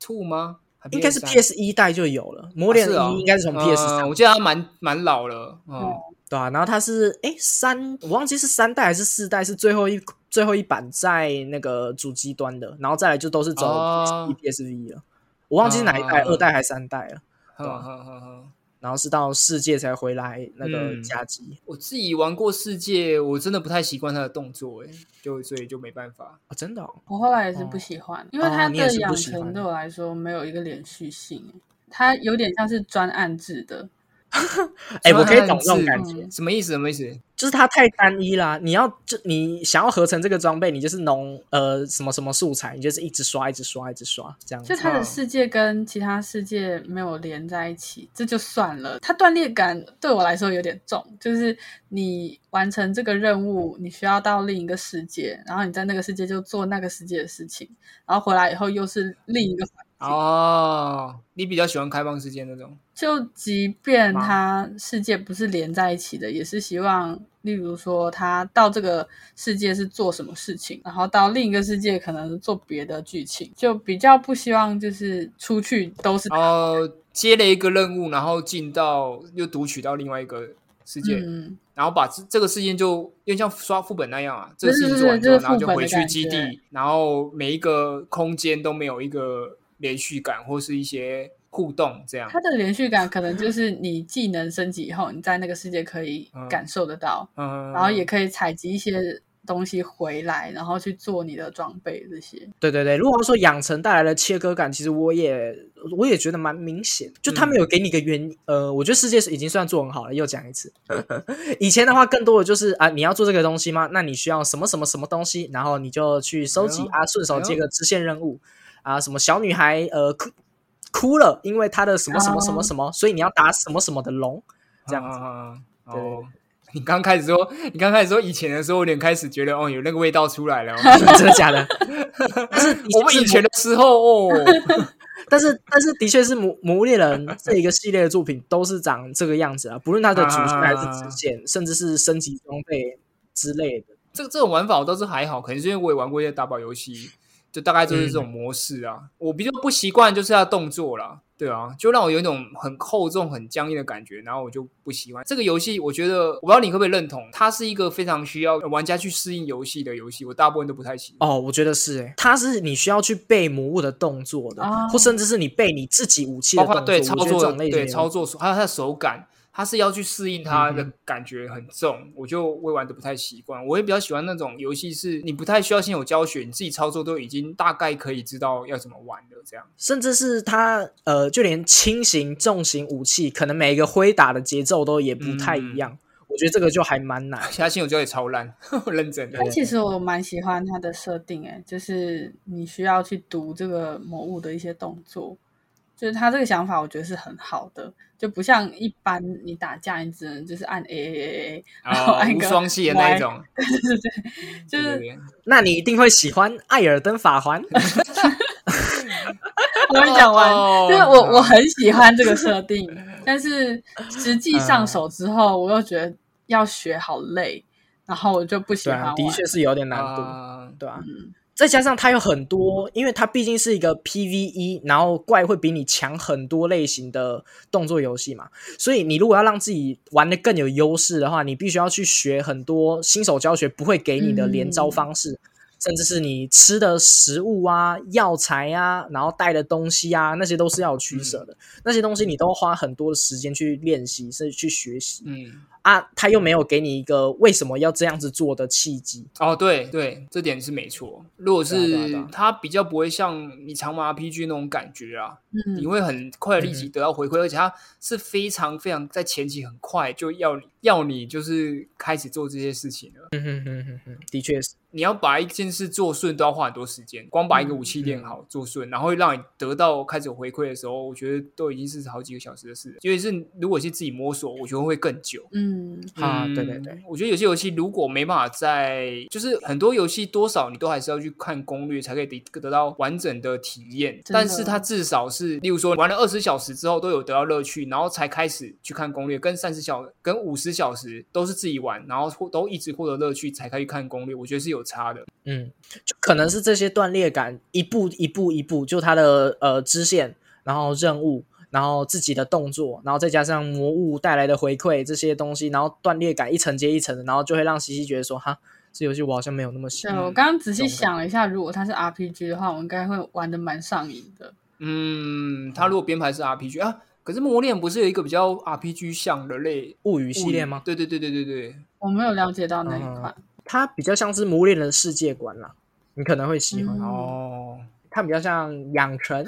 Two 吗？还
应该是
PS3
PS 一代就有了，《魔
啊
猎
是哦
一》应该是从 PS
嗯
三、
我记得它蛮蛮老了，嗯
嗯，
对啊，然后它是哎三，我忘记是三代还是四代，是最后一最后一版在那个主机端的，然后再来就都是走
哦
PS 一、PSV 了，我忘记是哪一代，
嗯嗯嗯
二代还是三代了。
哼哼哼哼，
然然后是到世界才回来那个
嗯
夹击。
我自己玩过世界，我真的不太习惯他的动作，哎，就所以就没办法。
哦，真的、哦，
我后来也是不喜欢，因为
哦
它
你也
的
是
养
不喜
成
欢
对我来说没有一个连续性，它有点像是专案制的。
哎、
虽然
我可以
它
懂
很
这种
自
感觉，
嗯
什么意思？什么意思？
就是它太单一啦。你要就你想要合成这个装备，你就是农呃什么什么素材，你就是一直刷，一直刷，一直刷这样
就
子。
它的
嗯
世界跟其他世界没有连在一起，这就算了。它断裂感对我来说有点重，就是你完成这个任务，你需要到另一个世界，然后你在那个世界就做那个世界的事情，然后回来以后又是另一个环境。
哦，你比较喜欢开放世界那种？
就即便它世界不是连在一起的，也是希望，例如说他到这个世界是做什么事情，然后到另一个世界可能做别的剧情，就比较不希望就是出去都是
哦，接了一个任务，然后进到又读取到另外一个世界，
嗯，
然后把这这个事情就有点像刷副本那样啊，这个
对
事
对
情做完之
对
后，
就是
然后就
副本的
回去
感
基
觉
地，然后每一个空间都没有一个连续感或是一些互动这样。
它的连续感可能就是你技能升级以后，你在那个世界可以
嗯
感受得到，
嗯，
然后也可以采集一些东西回来，然后去做你的装备这些。
对对对，如果说养成带来的切割感，其实我也我也觉得蛮明显。就他
嗯
们有给你一个原、呃，我觉得世界是已经算做很好了。又讲一次， (laughs) 以前的话更多的就是啊，你要做这个东西吗？那你需要什么什么什么东西，然后你就去收集、
哎呦
啊，顺手
哎呦
接个支线任务啊，什么小女孩呃哭哭了，因为她的什么什么
啊
什么什么，所以你要打什么什么的龙，这样子。
子。
对
哦， (laughs) 你刚开始说，你刚开始说以前的时候，我有点开始觉得哦，有那个味道出来 (laughs) 了哦。
(laughs) 真的假的？但是
我们以前的时候哦，
但是但是的确是《魔魔物猎人》这一个系列的作品都是长这个样子啊，不论它的主线还是
啊
支线，甚至是升级装备之类的。
这这种玩法我倒是还好，可能是因为我也玩过一些打宝游戏，就大概就是这种模式啊。我比较不习惯就是要动作啦，对啊，就让我有一种很厚重、很僵硬的感觉，然后我就不喜欢这个游戏。我觉得我不知道你会不会认同，它是一个非常需要玩家去适应游戏的游戏，我大部分都不太喜欢。
哦，我觉得是、欸，它是你需要去背魔物的动作的，
哦
或甚至是你背你自己武器的
啊包
动
括
作。
对
我
操
觉得这
作
种
的，
类型
对
的
操作手，还有它的手感，它是要去适应它
嗯
的感觉很重，我就会玩的不太习惯。我也比较喜欢那种游戏，是你不太需要先有教学，你自己操作都已经大概可以知道要怎么玩的这样。 (laughs)
甚至是它呃，就连轻型、重型武器，可能每一个挥打的节奏都也不太
嗯
一样。我觉得这个就还蛮难。
其他新手教也超烂，认真的
但。其实我蛮喜欢它的设定、欸，就是你需要去读这个魔物的一些动作，就是他这个想法，我觉得是很好的，就不像一般你打架，你只能就是按 A A A
(laughs)
A，然后
啊，
按
无
个
双系的那一
Y
种，
(laughs) 对对对，就
对对
是
对。
那你一定会喜欢《艾尔登法
(laughs)
环》
我还没讲完，
哦
就是我我
好
很喜欢这个设定，但是实际上手之后，我又觉得要学好累，然后我就不喜
对
欢
啊，
玩。
的确是有点难度。
啊
对啊，
嗯
再加上它有很多，因为它毕竟是一个 PVE，然后怪会比你强很多类型的动作游戏嘛，所以你如果要让自己玩的更有优势的话，你必须要去学很多新手教学不会给你的连招方式，甚至是你吃的食物啊、药材啊，然后带的东西啊，那些都是要有取舍的，那些东西你都花很多的时间去练习，甚至去学习、
嗯，
啊，他又没有给你一个为什么要这样子做的契机，
哦，对对，这点是没错。如果
对啊对啊对
是
啊
它比较不会像你常玩 RPG 那种感觉啊，
嗯
你会很快立
嗯
即得到回馈，而且它是非常非常在前期很快就要你要你就是开始做这些事情了。
嗯哼哼哼哼，的确是。
你要把一件事做顺都要花很多时间，光把一个武
嗯
器练好、做顺，然后让你得到开始有回馈的时候，我觉得都已经是好几个小时的事了。尤其是如果是自己摸索，我觉得会更久。
嗯，
啊
嗯
对对对，
我觉得有些游戏如果没办法在，就是很多游戏多少你都还是要去看攻略才可以得得到完整的体验，
真的
但是它至少是，例如说玩了二十小时之后都有得到乐趣，然后才开始去看攻略，跟三十小跟五十小时都是自己玩，然后获都一直获得乐趣才开始看攻略，我觉得是有差的。
嗯，就可能是这些断裂感，一步一步一步，就它的呃支线，然后任务，然后自己的动作，然后再加上魔物带来的回馈这些东西，然后断裂感一层接一层的，然后就会让西西觉得说，哈，这游戏我好像没有那么喜
对
欢。
我刚刚仔细想了一下，如果它是 RPG 的话，我应该会玩的蛮上瘾的。
嗯，它如果编排是 RPG 啊，可是磨练不是有一个比较 RPG 向的类
物语系列吗？
对对对对对对，
我没有了解到那一块。
它比较像是磨练人世界观啦，你可能会喜欢。
嗯
哦，
它比较像养 (laughs) 成，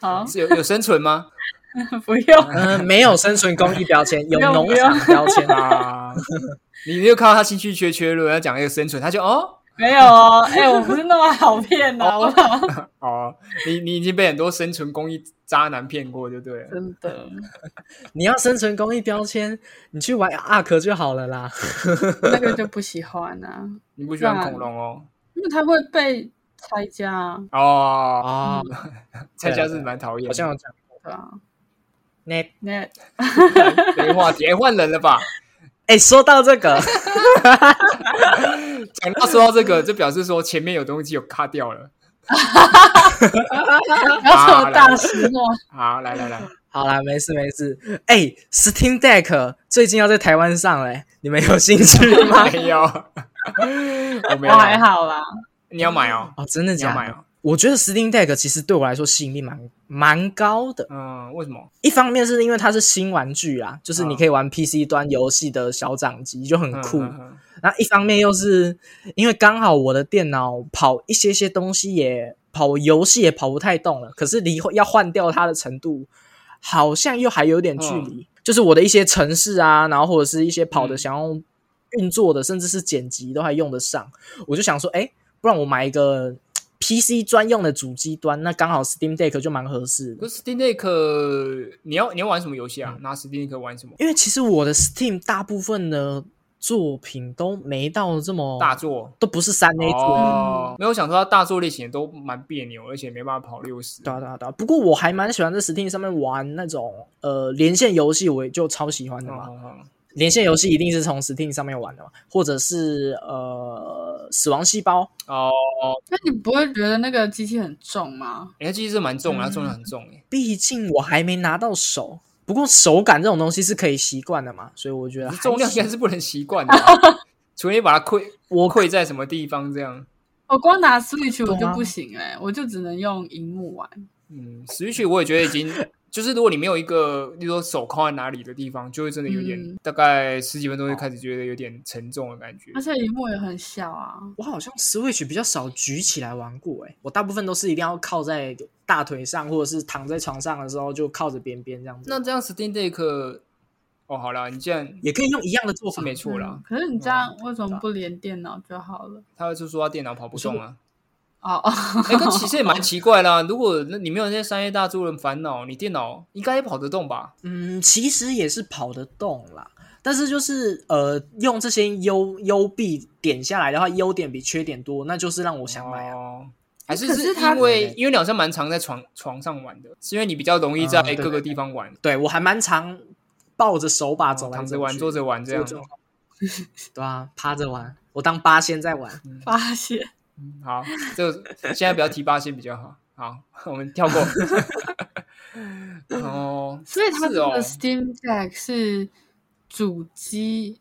好，
是有有生存吗？。
(laughs) 不用，
嗯、没有生存工艺标签，有
不用
农
不
场标签
啊， (laughs) 你你就看到他兴趣缺缺，如果要讲一个生存，他就哦
没有哦。哎、我不是那么好骗的、好不好？
哦，你你已经被很多生存工艺渣男骗过，就对了。
真的，
你要生存工艺标签，你去玩 Ark 就好了啦。
那个就不喜欢啊，
你不喜欢
对啊
恐龙哦？
因为它会被拆家啊，
哦，
哦，
参加是蛮讨厌的，
好像有讲过。
对啊。
那
那
没话题，哎 (laughs) 换人了吧？
哎、说到这个， (laughs)
讲到说到
(laughs)
这个，就表示说前面有东西有卡掉了。
不要这么大实话，
好，来
(laughs)
来来，
好啦，没事没事。哎、s t e a m Deck 最近要在台湾上嘞，你们有兴趣吗？ (laughs)
(laughs)
没有，我没
我
有，
还好啦。
你要买哦，
哦，真的
你要
假
买
的？
哦，
我觉得 Steam Deck 其实对我来说吸引力蛮蛮高的。
嗯，为什么？
一方面是因为它是新玩具啦，就是你
嗯
可以玩 PC 端游戏的小掌机，就很
嗯
酷。
嗯嗯
然后一方面又是因为刚好我的电脑跑一些些东西也跑游戏也跑不太动了，可是离要换掉它的程度，好像又还有点距离。就是我的一些城市啊，然后或者是一些跑的
嗯
想要运作的，甚至是剪辑都还用得上。我就想说，哎，不然我买一个 PC 专用的主机端，那刚好 Steam Deck 就蛮合适的
可。是 Steam Deck，你要你要玩什么游戏啊？
嗯
拿 Steam Deck 玩什么
因为其实我的 Steam 大部分的作品都没到这么
大，作？
都不是三 A 作。
哦，没有想说它大作类型的都蛮别扭，而且没办法跑六十。
对啊，对啊，对啊。不过我还蛮喜欢在 Steam 上面玩那种呃连线游戏，我也就超喜欢的
嗯，
嘛。
嗯嗯
连线游戏一定是从 Steam 上面玩的嘛，或者是呃《死亡细胞》
哦，
那你不会觉得那个机器很重吗？
哎，它其实蛮重的，它
嗯
重量很重哎。
毕竟我还没拿到手。不过手感这种东西是可以习惯的嘛，所以我觉
嗯
得
可
还
是重量应
行
该是不能习惯的吧，
啊
(laughs) 除非你把它溃
我
溃在什么地方这样。
我光拿 Switch 我
对
就
啊
不行哎、我就只能用荧幕玩。
嗯，Switch 我也觉得已经就是，如果你没有一个，例如说手铐在哪里的地方，就会真的有点，
嗯
大概十几分钟就开始觉得有点沉重的感觉
而。且荧幕也很小啊，
我好像 Switch 比较少举起来玩过、欸，我大部分都是一定要靠在大腿上，或者是躺在床上的时候就靠着边边这样子。
那这样 Steam Deck，哦，好啦，你既然
也可以用一样的做
是
法，
没错啦
嗯，可是你这样为什么不连电脑就好了？
他就说他电脑跑不动啊，
哦哦， (laughs)
(laughs)
哎，那其实也蛮奇怪啊啦。如果那你没有那些商业大作的烦恼，你电脑应该也跑得动吧？
嗯，其实也是跑得动啦，但是就是呃，用这些优优弊点下来的话，优点比缺点多，那就是让我想买啊。
哦还是
可
是
是它
因为因为你好像蛮常在床床上玩的，是因为你比较容易在
嗯对
各个
对
地方玩，
对我还蛮常抱着手把
哦
走来
躺
走
着
去
玩、坐着玩这样
坐。着玩 (laughs) 对啊，趴着玩，我当八仙在玩。
发现
嗯好，这个现在不要提八仙比较好。好，我们跳过。 (laughs) 哦，
所以它
是
这
哦
个 Steam Deck 是主机，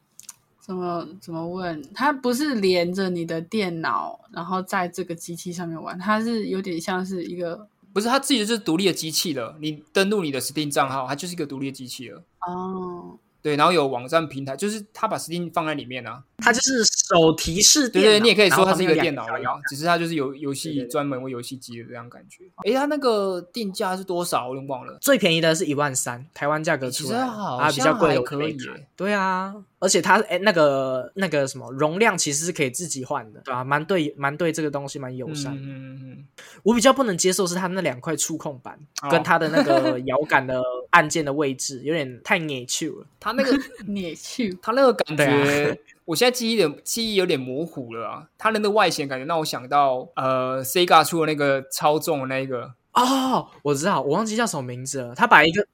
怎么怎么问？它不是连着你的电脑，然后在这个机器上面玩，它是有点像是一个
不是，它自己就是独立的机器了。你登录你的 Steam 账号，它就是一个独立的机器了。
(laughs) 哦，
对，然后有网站平台，就是它把 Steam 放在里面啊。
它就是手提式
(laughs) 对
电脑，
对，你也可以
然
说
后
它是一
旁
个
边有两
电脑
个
而
小
已
遥，
只是它就是游游
对对
戏
对
专门为游戏机的这样感觉。诶，它那个定价是多少？我有点忘了。
最便宜的是一万三，台湾价格出来的
其实好
啊，比较贵的
像
我
还
就没
可以
买
耶
对啊，而且它哎、那个那个什么容量其实是可以自己换的，对啊，蛮对蛮对这个东西蛮友
嗯
善。
嗯嗯嗯
我比较不能接受是它那两块触控板、
哦
嗯跟它的那个摇杆的按键的位
(laughs)
置有点太扭曲了。
它那个
你去
它那个
(laughs)
感
对啊
觉，我现在记忆有点记忆有点模糊了啊。它那个外显感觉让我想到呃，Sega 出的那个超重的那一个，
哦，我知道，我忘记叫什么名字了。他把一个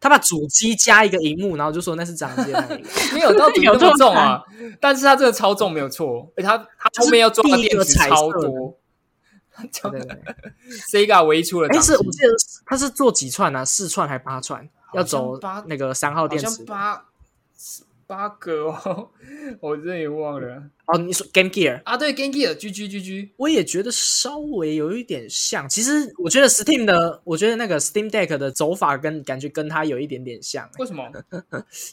他把主机加一个荧幕，然后就说那是掌机的
(laughs)
那一个，
没有到
(laughs)
底
有
那
这么
么重啊，但是它这个超重没有错，而且它它后面要抓的电池超
就是第一个
多。 (laughs)
对对对。
Sega 唯一出了
哎、
掌机，
是我记得是他是做几串啊？四串还八串？
好像
要走
八
那个三号
好
电
像
池。
八八个哦， (laughs) 我真的也忘了
哦，你说 Game Gear，
啊。对 g a n g e r GG GG，
我也觉得稍微有一点像。其实我觉得 Steam 的，我觉得那个 Steam Deck 的走法跟感觉跟它有一点点像、欸
为什么？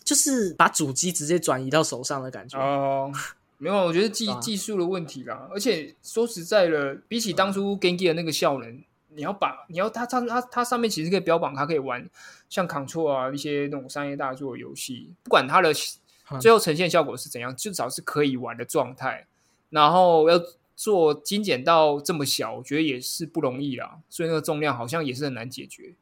就是把主机直接转移到手上的感觉。
哦， (laughs) 没有，我觉得技
啊嗯
技术的问题啦。而且说实在的，比起当初 g a n g e 的那个效能，你要把你要它它它它上面其实可以标榜它可以玩像 Control 啊一些那种商业大作游戏，不管它的
嗯
最后呈现效果是怎样，至少是可以玩的状态。然后要做精简到这么小，我觉得也是不容易啦。所以那个重量好像也是很难解决。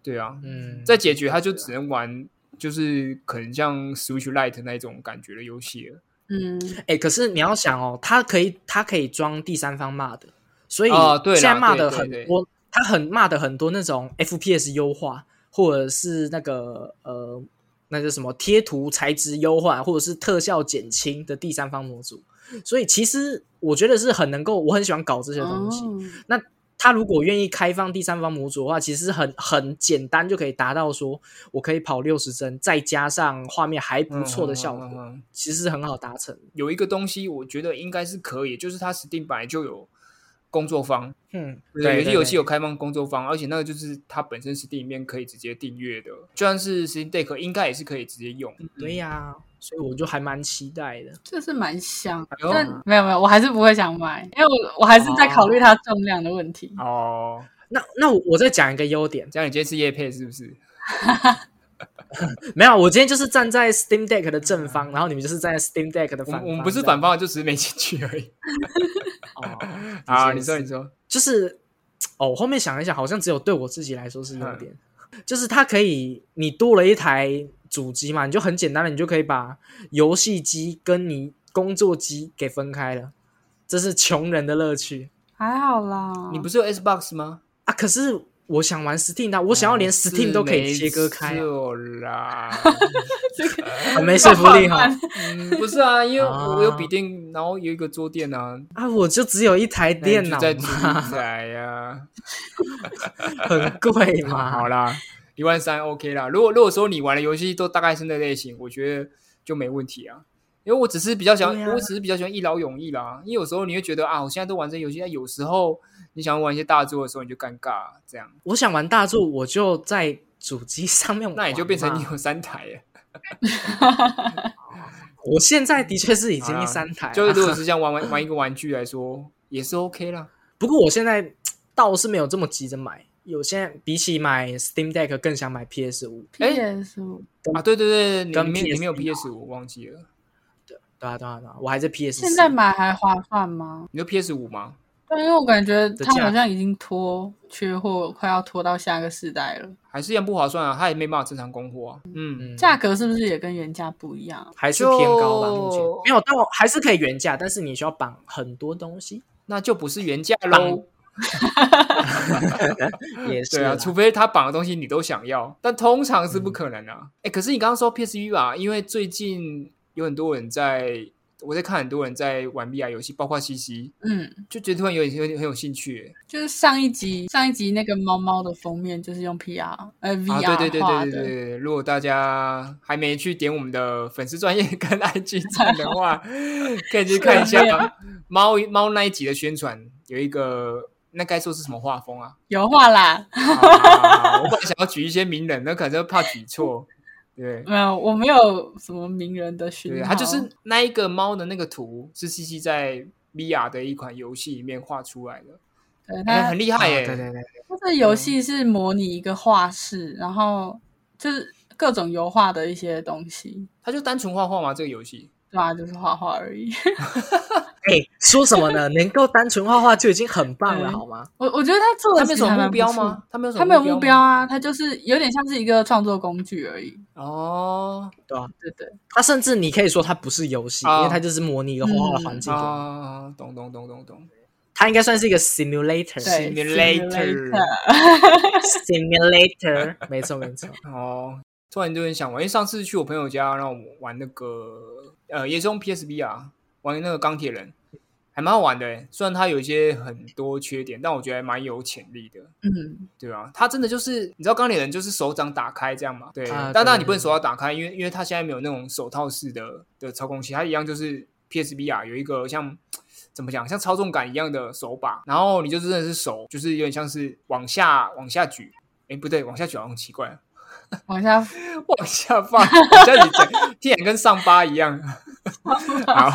对啊，
嗯，
再解决它就只能玩。就是可能像 Switch Lite 那一种感觉的游戏了，
嗯，
哎、可是你要想哦，它可以，它可以装第三方骂的，所以
哦对啦
现在骂的
对对
很
对
多，它很骂的很多那种 FPS 优化，或者是那个呃，那叫什么贴图材质优化，或者是特效减轻的第三方模组。所以其实我觉得是很能够，我很喜欢搞这些东西。
哦
那他如果愿意开放第三方模组的话，其实很很简单就可以达到说，我可以跑六十帧，再加上画面还不错的效果，
嗯嗯嗯嗯嗯
其实是很好达成的。
有一个东西，我觉得应该是可以，就是它 Steam 本来就有工作方，
嗯，
对，有些游戏有
对
开放工作方，而且那个就是它本身 Steam 里面可以直接订阅的，就算是 Steam Deck 应该也是可以直接用。
对呀、所以我就还蛮期待的。
这是蛮像的，
哎呦
但没有没有，我还是不会想买，因为我我还是在考虑它重量的问题。
哦，
那那我我再讲一个优点，
这样你今天是夜配是不是？
没有，我今天就是站在 Steam Deck 的正方，然后你们就是站在 Steam Deck 的
我
反
们
方。
我们不是
这样
反方，就只是没兴趣而 (laughs) 已。
哦，的
啊，
确
你说
是
你说，
就是哦，我后面想一想，好像只有对我自己来说是优点，
嗯
就是它可以，你多了一台主机嘛，你就很简单的，你就可以把游戏机跟你工作机给分开了，这是穷人的乐趣
还好啦，
你不是有 Xbox 吗？
啊。可是我想玩 Steam 的，我想
哦
要连 Steam 都可以切割开、啊，
就啦。
(laughs) 很没说服力哈、
嗯，不是啊，因为
啊
我有笔电，然后有一个桌垫啊，
啊，我就只有一台
那你
电
就
脑
在
嘛
主机
(laughs)
仔呀。
很贵
啊
嘛。
(laughs) 好啦，一万三 OK 啦。如果如果说你玩的游戏都大概是那类型，我觉得就没问题啊。因为我只是比较想，
对啊
我只是比较喜欢一劳永逸啦。因为有时候你会觉得啊，我现在都玩这游戏，但有时候你想玩一些大作的时候，你就尴尬这样，
我想玩大作，我就在主机上面玩嘛。
那你就变成你有三台啊耶。
我现在的确是已经
好啦
第三台了，
啊就是如果是像玩 (laughs) 玩玩一个玩具来说，也是 OK 啦。
啊不过我现在倒是没有这么急着买，有现在比起买 Steam Deck 更想买 PS 五，
PS 五
啊，对对对，你
跟
里面里
PS
面有 PS 五，我忘记了。
对啊对啊对啊，我还在 PS
现在买还划算吗？
你说 PS 五吗？
对，因为我感觉它
的价
好像已经拖缺货，快要拖到下个世代了。
还是一样不划算啊？它也没办法正常供货啊。嗯，
嗯
价格是不是也跟原价不一样？
还是偏高吧，
就
目前没有到还是可以原价，但是你需要绑很多东西，
那就不是原价
绑
喽。
也是
对啊，
啦
除非他绑的东西你都想要，但通常是不可能啊。哎、可是你刚刚说 PSV 吧，啊因为最近有很多人在，我在看很多人在玩 VR 游戏，包括西西，
嗯，
就觉得突然有点有点很有兴趣、
就是上一集上一集那个猫猫的封面就是用 PR 呃
欸。啊，对对
VR
对
画
对对
的，
对对，如果大家还没去点我们的粉丝专业跟
(laughs)
(laughs) IG 站的话，可以去看一下猫猫那一集的宣传，有一个那该说是什么画
(laughs)
风啊？
有画啦。
好好好好我本来想要举一些名人，那可能怕举错，对。
没有，我没有什么名人的
对，
熏陶，
它就是那一个猫的那个图是西西在 VR 的一款游戏里面画出来的，
对
哎、
它
很厉害耶、
啊对对对，
它这
嗯
游戏是模拟一个画室，然后就是各种油画的一些东西，
它就单纯画画嘛，这个游戏。
对吧？就是画画而已。 (laughs)
哎，说什么呢？能够单纯画画就已经很棒了，
嗯
好吗？
我我觉得他做
它
的
没
其
有什
实还
么
蛮
目
不
标
错
吗？？它没有什么
他没有
目
目标啊，他就是有点像是一个创作工具而已。
吗哦
对对，
它甚至你可以说它不是游戏，
啊
因为它就是模拟一个画画的环境给你，
啊，懂懂懂懂懂
它应该算是一个 simulator，simulator，
对
Simulator
，simulator
(laughs) 没错没错。
哦。突然就很想玩，因为上次去我朋友家，让我玩那个呃，也是用 PSV 啊，玩那个钢铁人，还蛮好玩的欸。虽然它有一些很多缺点，但我觉得还蛮有潜力的，
嗯，
对啊，它真的就是你知道钢铁人就是手掌打开这样嘛？对，
啊
但当然
对
你不能手掌打开，因为因为它现在没有那种手套式的的操控器，它一样就是 PSB 啊，有一个像。怎么讲，像操纵杆一样的手把，然后你就真的是手，就是有点像是往下往下举，哎，不对，往下举好像很奇怪，啊
往
(laughs)
下
往下放，往下你整，听起来跟上巴一样。 (laughs) 好，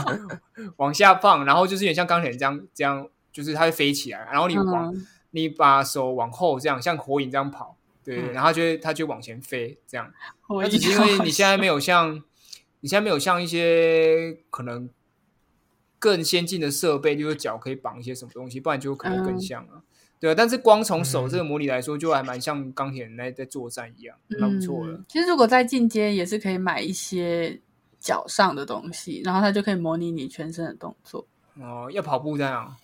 往下放，然后就是有点像钢铁人这样，这样就是它会飞起来，然后你往、
嗯
你把手往后这样，像火影这样跑，对，
嗯
然后它就会它就往前飞这样。
我
那
一
只是因为你现在没有像你现在没有像一些可能更先进的设备，就是脚可以绑一些什么东西，不然就可能更
嗯
像啊。对啊，但是光从
嗯
手这个模拟来说，就还蛮像钢铁人在在作战一样，蛮不错的
嗯。。其实如果再进阶，也是可以买一些脚上的东西，然后它就可以模拟你全身的动作。
哦、要跑步这样。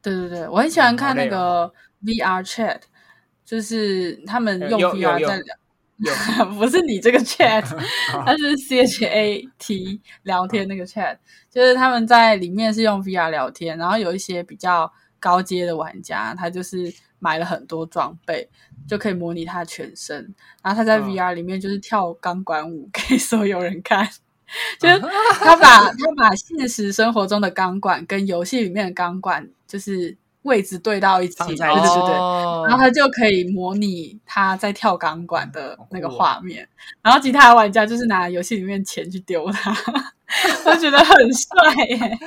对对对，我很喜欢看那
嗯好
个 VR Chat，就是他们
呃
用
有有
VR
有
在聊。
有
不是你这个
(laughs)
chat，它是 C H A T 聊天那个 chat，就是他们在里面是用 VR 聊天，然后有一些比较高阶的玩家，他就是买了很多装备，就可以模拟他的全身，然后他在
嗯
VR 里面就是跳钢管舞 (laughs) 给所有人
(laughs)
看，就是他把他把现实生活中的钢管跟游戏里面的钢管就是位置对到一起，
放
对
在
对
一起
对对。
哦
然后他就可以模拟他在跳钢管的那个
好酷哦
画面，然后其他的玩家就是拿游戏里面钱去丢他， (laughs) 我觉得很帅耶、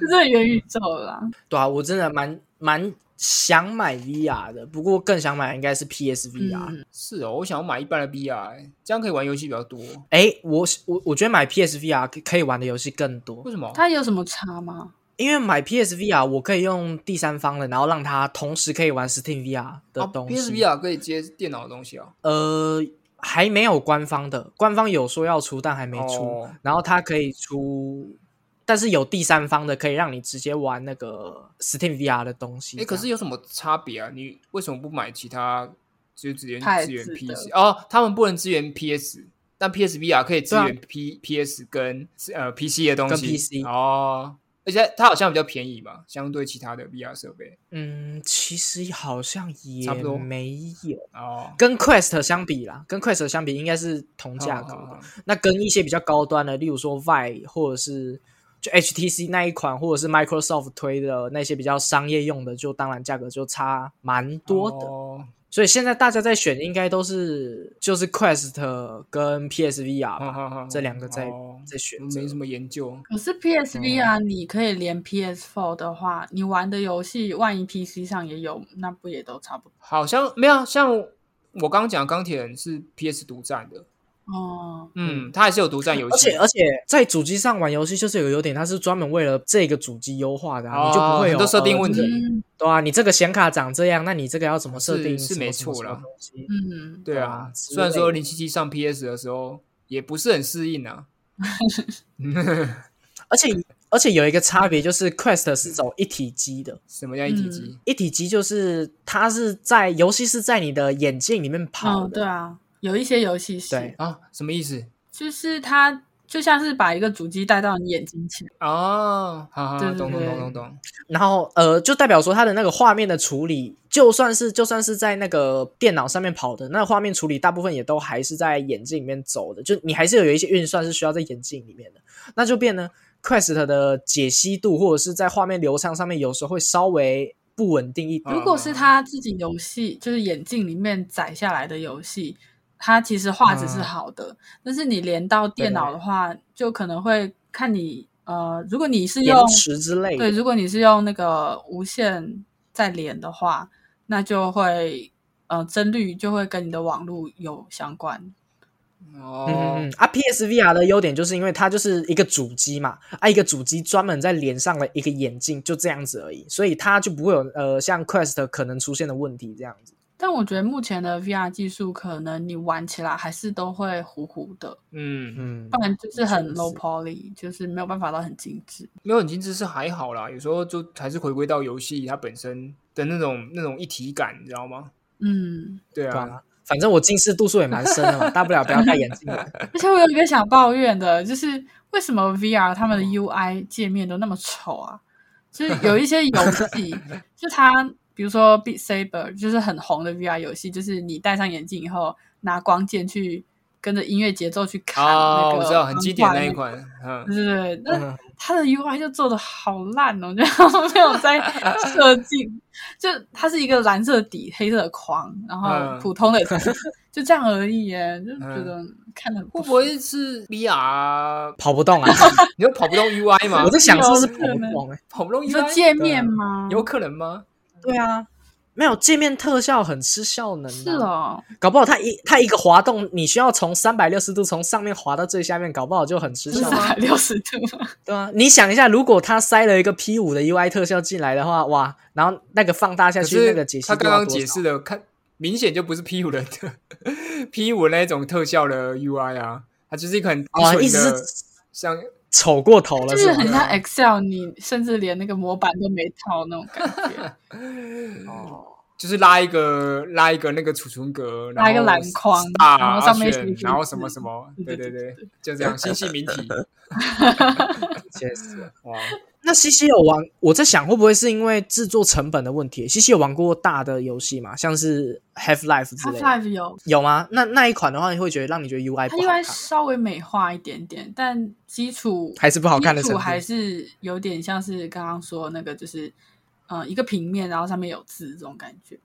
就是元宇宙啦，
对啊，我真的蛮蛮想买 VR 的，不过更想买应该是 PSVR。
嗯，
是哦，我想要买一般的 VR，欸这样可以玩游戏比较多。
哎、我我我觉得买 PSVR 可可以玩的游戏更多
为，什么？
它有什么差吗？
因为买 PSVR 我可以用第三方的，然后让它同时可以玩 Steam VR
啊哦
的东西。
PSVR 可以接电脑的东西哦。
呃，还没有官方的，官方有说要出，但还没出。
哦
然后它可以出，但是有第三方的可以让你直接玩那个 Steam VR 的东西。
哎、可是有什么差别啊？你为什么不买其他？就直接
太
支援
子的
PS 哦，他们不能支援 PS，但 PSVR 可以支
对啊
援 P、PS 跟呃 PC 的东西。
跟 PC
哦，而且它好像比较便宜嘛，相对其他的 VR 设备。
嗯，其实好像也
差不多
没有，
哦，
跟 Quest 相比啦，跟 Quest 相比应该是同价格的。
好好好
那跟一些比较高端的，例如说 Vive 或者是就 HTC 那一款，或者是 Microsoft 推的那些比较商业用的，就当然价格就差蛮多的。
哦
所以现在大家在选，应该都是就是 Quest 跟 PSVR 吧，
好好好
这两个在、
哦
在选择
没什么研究。
可是 PSVR 啊你可以连 PS4 的话，你玩的游戏万一 PC 上也有，那不也都差不多？
好像没有像我刚刚讲，钢铁人是 PS 独占的，
哦，
嗯，它还是有独占游
而
戏
且，而且在主机上玩游戏就是有个优点，它是专门为了这个主机优化的、啊，
哦
你就不会有
很多设定
呃
问题
就是
嗯
对啊，你这个显卡长这样，那你这个要怎么设定
是是
什么
没
什么什
错
么
啦
东西？
嗯，
对
啊
啊。
之
虽然说
类
零七七上 PS 的时候也不是很适应啊，
而且而且有一个差别就是 Quest 是走一体机的，
什么叫一体机？
一体机就是它是在游戏是在你的眼镜里面跑
哦，对
的，
啊，有一些游戏是
对，
啊，什么意思
就是它就像是把一个主机带到你眼睛前。
哦，好好，
对对
懂懂
对
懂懂懂，
然后呃，就代表说它的那个画面的处理，就算是就算是在那个电脑上面跑的，那个画面处理大部分也都还是在眼镜里面走的，就你还是有一些运算是需要在眼镜里面的，那就变呢，Quest 的解析度或者是在画面流畅上面，有时候会稍微不稳定一点。
如果是他自己游戏，就是眼镜里面载下来的游戏，它其实画质是好的，但是你连到电脑的话，就可能会看你呃，如果你是
延
用
迟之类
对，
的，
如果你是用那个无线在连的话，那就会呃帧率就会跟你的网络有相关。
嗯嗯
哦
嗯，啊，PSVR 的优点就是因为它就是一个主机嘛，啊，一个主机专门在连上了一个眼镜，就这样子而已，所以它就不会有呃像 Quest 可能出现的问题这样子。
但我觉得目前的 VR 技术，可能你玩起来还是都会糊糊的，
嗯，
嗯
不然就是很
确实
low poly，就是没有办法到很精致。
没有很精致是还好啦，有时候就还是回归到游戏它本身的那种那种一体感，你知道吗？
嗯，
对
对
啊，
啊，反正我近视度数也蛮深的嘛，大不了不要戴眼镜
(laughs)
了。
而且我有一个想抱怨的，就是为什么 VR 他们的 UI 界面都那么丑啊？就是有一些游戏，就它比如说 Beat Saber，就是很红的 VR 游戏，就是你戴上眼镜以后，拿光剑去跟着音乐节奏去砍那
哦，
个、
我知道，很经典那一。款，嗯，
对对对，那
嗯
它的 UI 就做的好烂哦，就 (laughs) 没有在设计，就它是一个蓝色底黑色的框，然后
嗯
普通的 (laughs) 字、就这样而已耶，就觉得看的
会不会是 VR？
跑不动啊！
你说跑不动 UI 吗
我？在想是不是
有
跑不
可能
动、欸？
跑不动
你说
UI
界面吗？
有可能吗？
对啊，没有界面特效很吃效能、啊，
是，哦，
搞不好它一它一个滑动，你需要从三百六十度从上面滑到最下面，搞不好就很吃
是
效
三
吗
能。
百 (laughs) 六十度吗，
对啊，你想一下，如果它塞了一个 P 五的 UI 特效进来的话，哇，然后那个放大下
可
去，那
是
个解析
他
度
刚
要
刚
多
解
少
释？的，看明显就不是 P 五人的 (laughs) P 五那一种特效的 UI 啊，它就是一款
哦
单
意
纯
思
的
是
像
丑过头了
就是是
吗
很？像 Excel，你甚至连那个模板都没套那种感觉，
哦，
就是拉一个拉一个那个储存格，然
拉一个
后
篮筐
star，
然后上面
选
写一些
然后
字
什么什么，
对
对
对
对
对
对，就这样星系名
(laughs)
体，
确实。
哇，
那西西有玩，我在想会不会是因为制作成本的问题？西西有玩过大的游戏吗？像是 Half Life 之
它
类的，
Five 有。
有吗？那那一款的话，你会觉得让你觉得 UI
它
不好看
UI，稍微美化一点点，但基础
还是不好看的
基
程
础
度？
还是有点像是刚刚说那个，就是呃一个平面，然后上面有字这种感觉，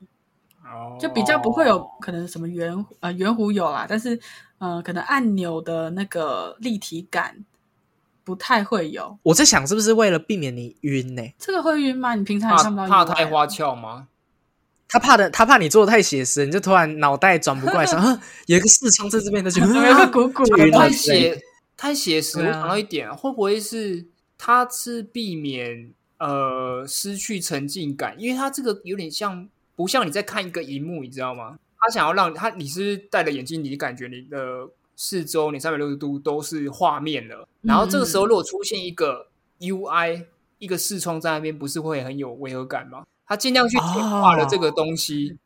哦
就比较不会有可能什么圆呃圆弧有啦，但是呃可能按钮的那个立体感不太会有。
我在想是不是为了避免你晕呢、
这个会晕吗？你平常也
怕
看不到
怕
UI
太花俏吗？
他怕的，他怕你做的太写实，你就突然脑袋转不过来，想啊有一个视窗在这边的就
(laughs) 有一个鼓鼓
晕了
太
之类的
写太写实，
对
我
啊
想到一点，会不会是它是避免呃失去沉浸感？因为它这个有点像，不像你在看一个荧幕，你知道吗？他想要让他，你是戴了眼镜，你感觉你的四周，你三百六十度都是画面了。
嗯
然后这个时候，如果出现一个 UI，一个视窗在那边，不是会很有违和感吗？他尽量去简化了这个东西。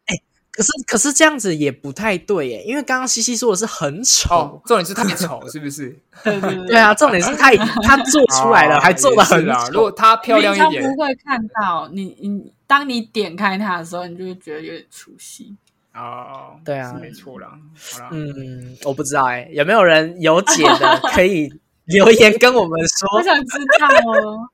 可是可是这样子也不太对耶，因为刚刚西西说的是很丑。
哦，重点是太丑，是不是？
对对对
对啊，重点是他已他做 (laughs) 出来了，
(laughs) 哦
还做的
也是
很
啦
丑
如果它漂亮一
平
点
常，不会看到你你当你点开它的时候，你就会觉得有点出戏。
哦，
对啊
是没错啦。好啦，
嗯，我不知道哎、有没有人有解
(laughs)
的可以留言跟我们
我
说？
想知道哦。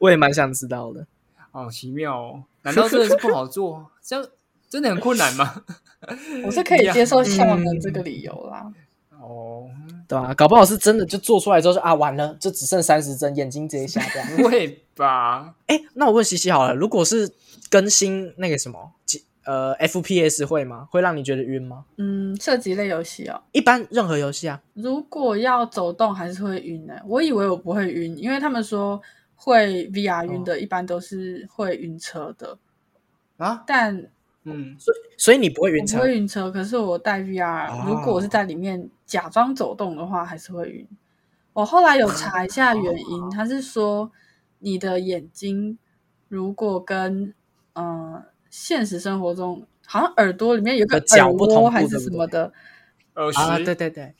我也蛮想知道的。
好奇妙哦，难道真的是不好做？这样真的很困难
(laughs)
吗？
(laughs) 我是可以接受效能
嗯
这个理由啦。
哦，
对啊，搞不好是真的就做出来之后就啊完了，就只剩三十帧，眼睛直接瞎掉。(laughs)
(laughs) 不会吧？
哎、那我问西西好了，如果是更新那个什么，几呃，FPS 会吗？会让你觉得晕吗？
嗯，射击类游戏哦，
一般任何游戏啊，
如果要走动还是会晕的、欸我以为我不会晕，因为他们说会 VR 晕的，一般都是会晕车的，
啊，
但
嗯，
所以你不会晕
我
车
不。会晕车。可是我戴 VR，、
哦
如果我是在里面假装走动的话，还是会晕。我后来有查一下原
(laughs) 啊
因，他是说你的眼睛如果跟呃现实生活中好像耳朵里面有个
的角
耳
不
蜗
同步
还是
对不
什
对
么的，
二十，
啊，对对对，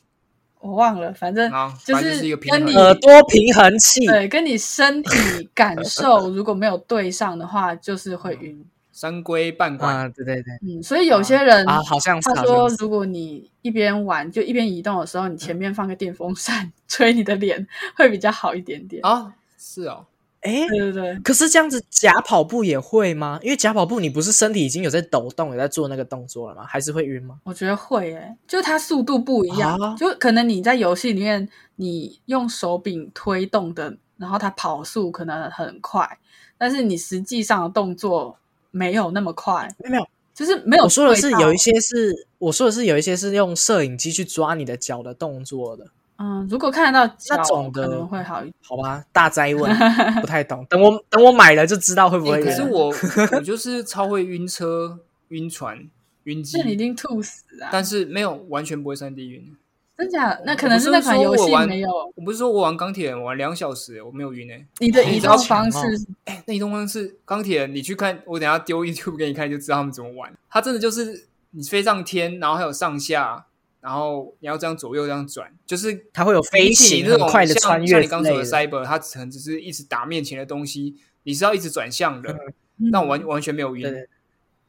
我忘了，反正
啊
好
就
反正就是一个平
跟
衡
你
耳朵平衡器，
对跟你身体感受如果没有对上的话，就是会晕。
三规半管，
啊，对对对，
嗯，所以有些人
(laughs) 啊，好像是，
他
好
说
像，是
如果你一边玩就一边移动的时候，你前面放个电风扇 (laughs) 吹你的脸会比较好一点点。
啊，是哦，
哎、
对对对，
可是这样子假跑步也会吗？因为假跑步你不是身体已经有在抖动，有在做那个动作了吗？还是会晕吗？
我觉得会诶、就它速度不一样，
啊
就可能你在游戏里面你用手柄推动的，然后它跑速可能很快，但是你实际上的动作没有那么快，
没有没有，
就是没有。
我说的是有一，些是，我说的是有一些是用摄影机去抓你的脚的动作的，
嗯，如果看得到脚
那种的嗯
可能会好一点。
好吧？大灾
(laughs)
问，不太懂。等我等我买了就知道会不
欸
会
可
晕
是
了。
我
(laughs)
我就是超会晕车、晕船、晕机
那，你一定吐死啊！
但是没有完全不会三 D 晕。
真假？那
我
可能
不是
那款
说
游
我
戏
玩
没有
我不是说我玩钢铁人我玩两小时，我没有晕诶、
你的
哦
移
你知
动
道
方式
抢哦
是
那移动方式，钢铁人，你去看，我等一下丢 YouTube 给你看，就知道他们怎么玩。他真的就是你飞上天，然后还有上下，然后你要这样左右这样转，就是
它会有飞
比起
行
你这种
很快的
像
穿越
像你刚
之
说
类
的
的
Cyber，它可能只是一直打面前的东西，你是要一直转向的，
嗯
但我完完全没有晕
对。对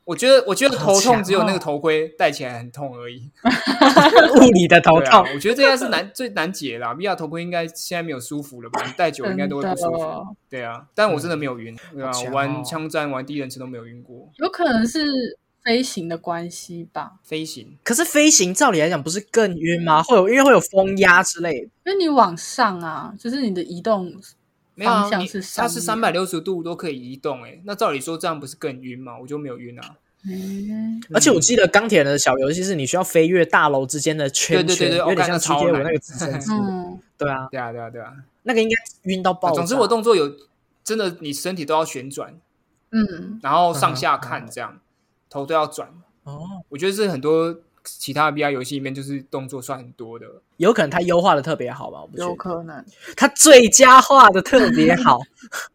我觉得，我觉得
好
头痛
强
只有那
哦
个头盔戴起来很痛而已。
(laughs) 物理的头
对啊
痛，，
我觉得这应该是难最难解的啦。VR 头盔应该现在没有舒服了吧？你戴久了应该都会不舒
哦
真
服
的。
对啊，但我真的没有晕，对啊
嗯好，强
我
哦
玩枪战、玩第一人称都没有晕过。
有可能是飞行的关系吧，
飞行
可是飞行照理来讲不是更晕吗？会有因为会有风压之类的，
因为你往上啊，就是你的移动
没有啊
方向
你
是
它是
上
三
面
百六十度都可以移动，哎，那照理说这样不是更晕吗？我就没有晕啊。
嗯
而且我记得钢铁人的小游戏是你需要飞越大楼之间的圈
对对
圈，
对对
有
我
点
看
像
那超
GTA 五
难
那个直升机，
嗯，
对啊，
对啊，对啊，对啊。
那个应该晕到爆炸。
啊总之，我动作有真的，你身体都要旋转，
嗯，
然后
嗯
上
哼
下
嗯
看
哼
这样，头都要转。
哦，
我觉得是很多其他 VR 游戏里面就是动作算很多的。
有可能它优化的特别好吧？我不觉
有
得
可能。
它最佳化的特别
(laughs)
好，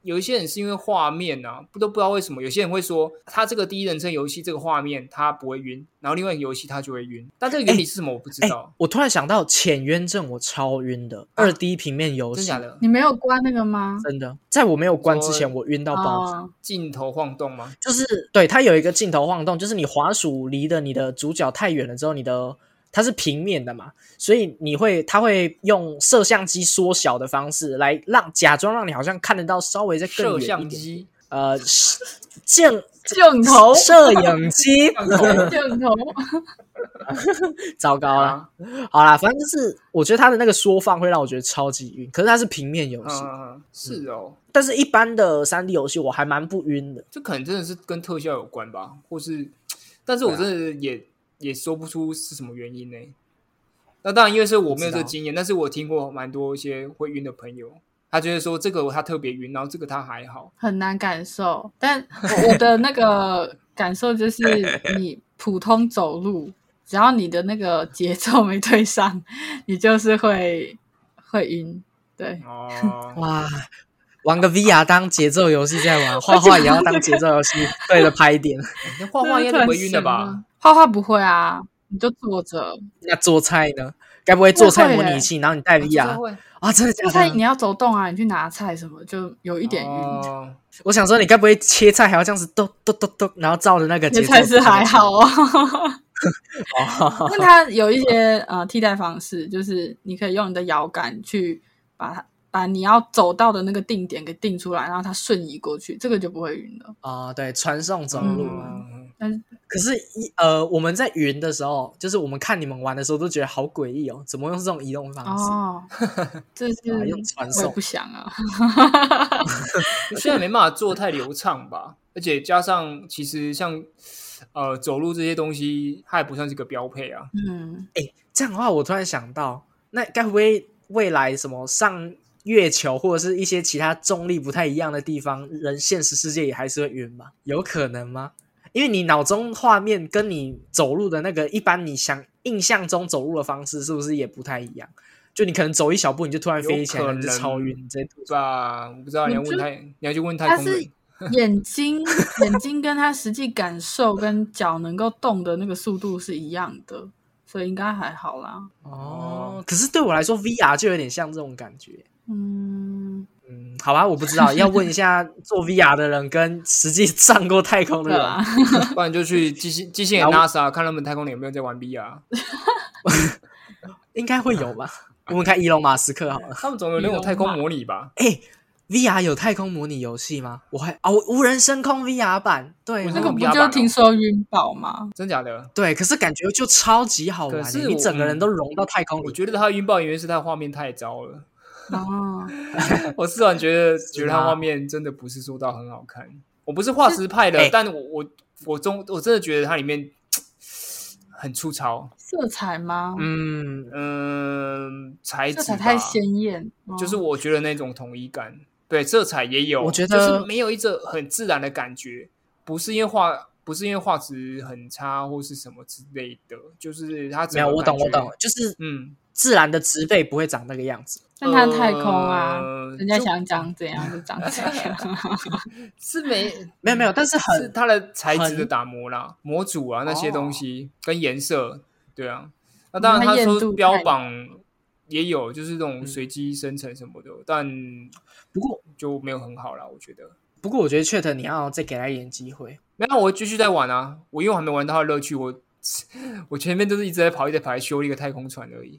有一些人是因为画面啊，不都不知道为什么。有些人会说，他这个第一人称游戏这个画面他不会晕，然后另外一个游戏他就会晕。但这个原理是什么我不知
哎、
道，
我突然想到浅渊症，我超晕的，二、D 平面哎游
啊真
戏
假的？
你没有关那个吗？
真的，在我没有关之前，
说
我晕到爆炸。
哦，
镜头晃动吗？
就是对它有一个镜头晃动，就是你滑鼠离的你的主角太远了之后，你的它是平面的嘛，所以你会它会用摄像机缩小的方式来让假装让你好像看得到稍微再更远
摄
一
像
点。
机，
呃，是镜
镜头，
(laughs)
摄影机，
(laughs) 镜头，
糟糕了。
啊，
嗯
好啦，反正就是我觉得它的那个缩放会让我觉得超级晕，可是它是平面游
嗯
戏，
嗯，嗯是哦，
但是一般的三 D 游戏我还蛮不晕的。
这可能真的是跟特效有关吧，或是，但是我
啊
真的也、也说不出是什么原因呢、那当然，因为是我没有这个经验，但是我听过蛮多一些会晕的朋友，他觉得说这个他特别晕，然后这个他还好。
很难感受。但我我的那个感受就是，
(laughs)
你普通走路，只要你的那个节奏没对上，你就是会会晕。对，
(laughs)
哦，
哇，
(laughs)
玩个 VR 当节奏游戏在玩，画画也要当节奏游戏，对了，拍
(laughs)
一点。
那
啊
画画应该都不会晕的吧？？
画画不会啊，你就坐着。
那做菜呢？该不会做菜
不会
模拟
耶
器，然后你戴
啊这
VR
会
啊？真的假
做菜你
的？
要走动啊，你去拿菜什么，就有一点晕。
哦
我想说，你该不会切菜还要这样子咚咚咚咚，然后照着那个节
也
奏？
才是还好哦。 (laughs)
哦。
但它有一些呃替代方式，就是你可以用你的摇杆去把它把你要走到的那个定点给定出来，然后它瞬移过去，这个就不会晕了。
哦，对，传送走
嗯
路。
嗯
但是
可是，一呃，我们在云的时候，就是我们看你们玩的时候，都觉得好诡异哦，怎么用这种移动方式？
(laughs)
哦，这是
啊用
我
传
也
送
不想啊。
现在没办法做太流畅吧，而且加上其实像呃走路这些东西，它也不算是个标配啊。
嗯，
这样的话，我突然想到，那该不会未来什么上月球或者是一些其他重力不太一样的地方，人现实世界也还是会晕吗？有可能吗？因为你脑中画面跟你走路的那个一般，你想印象中走路的方式是不是也不太一样？就你可能走一小步，你就突然飞起来，
有可
你就超晕，你直接吐
是吧？我不知道你要问
嗯你就
太，你要去问太
它
空
是
人。 (laughs)
眼睛眼睛跟它实际感受跟脚能够动的那个速度是一样的，所以应该还好啦。
哦。可是对我来说，VR 就有点像这种感觉。
嗯，
嗯，好吧，我不知道，要问一下做 VR 的人跟实际上过太
哦
空的
对
人
吧？
不然就去机械
(laughs)
机械眼
然后
NASA 看他们太空人有没有在玩 VR，
应该会有吧？
嗯
我们看伊隆马斯克好了。
哦他们总有那种太空模拟吧？
哎、v r 有太空模拟游戏吗？我还啊，我无人升空 VR 版，对
无人
那
升
个
空
不
VR
就
版哦
听说晕爆吗？
真假的？
对，可是感觉就超级好玩
可
欸，
是
你
我
整个人
嗯
都融到太空
我
里。
觉得他晕爆原因是他画面太糟了。
哦，
我是突然
(laughs)
觉得，觉得它
吗
画面真的不是说到很好看。我不是画实派的，
哎
但我我我中我真的觉得它里面很粗糙，
色彩吗？
嗯，
嗯，材质
色彩
吧
太鲜艳，哦
就是我觉得那种统一感，对色彩也有，
我觉得
就是没有一种很自然的感觉，不是因为画不是因为画质很差或是什么之类的，就是它
没
整
有，
个
我懂，
感
我
觉
懂，，就是
嗯，
自然的植被不会长那个样子。
但它太空啊，
呃
人家
就
想长怎样就长怎
(laughs)
样。
是没
没有没有，但是
是
很
它的材质的
很哦
打磨啦、模组啊那些东西、跟颜色，对啊。那
嗯
当然，
它
他
艳
说
度
标
太
榜也有，就是这种
嗯
随机生成什么的，但
不过
就没有很好啦，我觉得。
不过，我觉得 Chat 你要再给他一点机会。
没有，我继续在玩啊，我因为我还没玩到它的乐趣，我 (laughs) 我前面都是一直在跑，一直在跑，修一个太空船而已，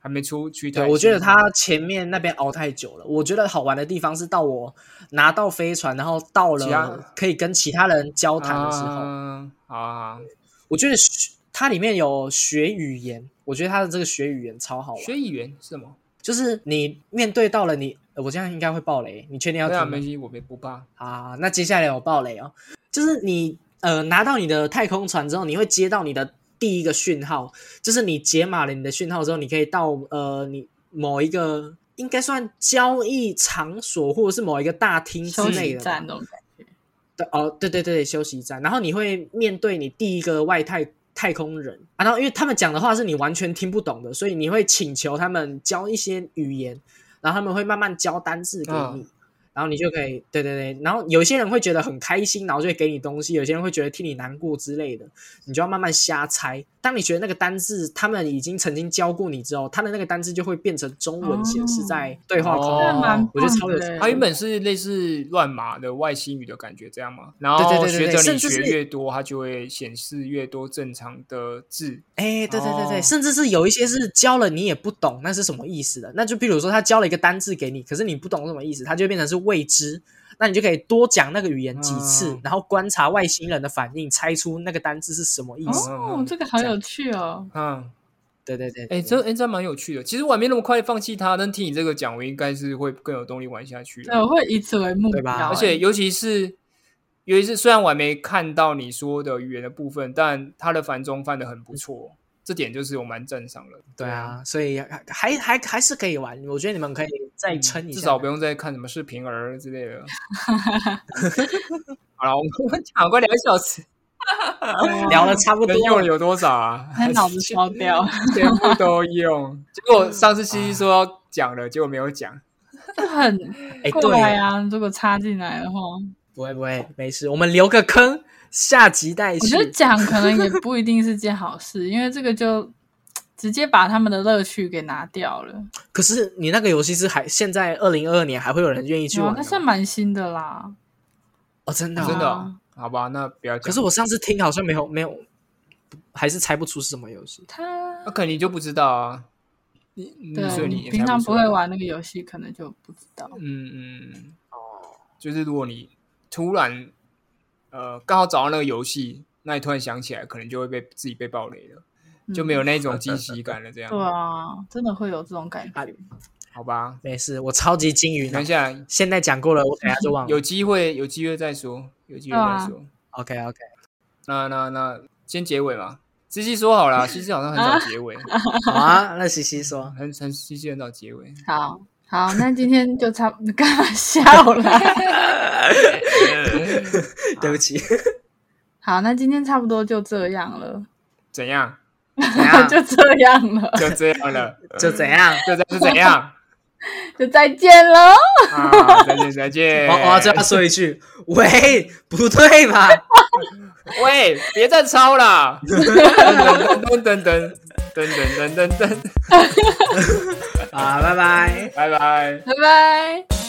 还没出去。
对，我觉得他前面那边熬太久了。我觉得好玩的地方是到我拿到飞船，然后到
其他
了可以跟其他人交谈的时候，
啊，好啊，好
我觉得学它里面有学语言，我觉得它的这个学语言超好玩。
学议员是吗？
就是你面对到了你，呃我这样应该会爆雷，你确定要
对
听
啊，
吗？
没关系，我没不怕。
啊，那接下来有爆雷哦，就是你呃拿到你的太空船之后，你会接到你的第一个讯号，就是你解码了你的讯号之后，你可以到呃你某一个应该算交易场所或者是某一个大厅
(laughs)
之
休
类
息
的
站
吧，
那种感觉，
对哦，对对对，休息站，然后你会面对你第一个外太。太空人啊，然后因为他们讲的话是你完全听不懂的，所以你会请求他们教一些语言，然后他们会慢慢教单字给你，
嗯
然后你就可以，对对对，然后有些人会觉得很开心，然后就会给你东西；有些人会觉得替你难过之类的，你就要慢慢瞎猜。当你觉得那个单字他们已经曾经教过你之后，他的那个单字就会变成中文显示在对话框。
哦
那蛮
我觉得
棒
超有
的欸
它原本是类似乱码的外星语的感觉，这样吗？然
对
后
对对
学
对
着
甚
你
至
学
是
越多，它就会显示越多正常的字。
哎，对对对对，
哦
甚至是有一些是教了你也不懂那是什么意思的。那就比如说他教了一个单字给你，可是你不懂什么意思，它就变成是未知。那你就可以多讲那个语言几次，
嗯
然后观察外星人的反应，猜出那个单字是什么意思。
嗯嗯
哦
嗯，
这个好有趣哦。
嗯，
对对对对
哎、
对
这哎、这蛮有趣的。其实我还没那么快放弃它，但听你这个讲，我应该是会更有动力玩下去的
对，。我会以此为目
对
标
吧
欸，
而且尤其是，尤其是虽然我还没看到你说的语言的部分，但它的繁中翻的很不错，这点就是我蛮赞赏的。
对，啊，所以还还还还是可以玩，我觉得你们可以再撑一下，
嗯至少不用再看什么视频儿之类的。 (laughs) 好了，我们讲快两个小时，
哎哦
聊了差不
能
多
用的
了。
有多少 (laughs) 啊？
他脑子烧
(laughs)
掉，
全部都用。 (laughs) 嗯哦结果上次西西说要讲了，结果没有讲。
这很
哎，
怪
对，
啊！如果插进来的话，
不会不会，没事，我们留个坑，下集待
我觉得
续。
讲可能
(laughs)
也不一定是件好事，因为这个就直接把他们的乐趣给拿掉了。
可是你那个游戏是还现在二零二二年还会有人愿意去
哦
哇
玩
啊那
的
算
吗？
蛮新的啦，
哦，真的哦
真的哦
啊，
好吧，那不要讲。
可是我上次听好像没有没有，还是猜不出是什么游戏。
他
那肯定就不知道啊。你嗯所
对
以你也
平
猜
常
不
不
出来
会。玩那个游戏，可能就不知道。
嗯嗯嗯。就是如果你突然呃刚好找到那个游戏，那你突然想起来，可能就会被自己被暴雷了，就没有那种惊喜感了。这样
嗯 (laughs) 嗯。对啊，真的会有这种感
啊
觉。
好吧，
没事，我超级金鱼
等
脑
一，下
现在讲过了，我等下就忘
啊有
了。
机会有机会再说，有机会
对啊
再说。
OK OK，
那那那先结尾嘛，西西说好了，西西好像很早结尾。
好啊，那西西说。
很很西西很早结尾，
好好，那今天就差不 (laughs) 你干嘛笑啦？ (laughs)
对不起，
好，那今天差不多就这样了，
(laughs) 怎样？
怎
啊
样
(laughs) 就这样了， (laughs)
就这样了，
就怎样？
就这样是怎样？
就再见喽。
啊，再见再见。
我我就要说一句，喂，不对吧？
喂，别再抄了。噔噔噔噔噔噔噔噔噔，
啊，拜拜。
拜拜。
拜拜。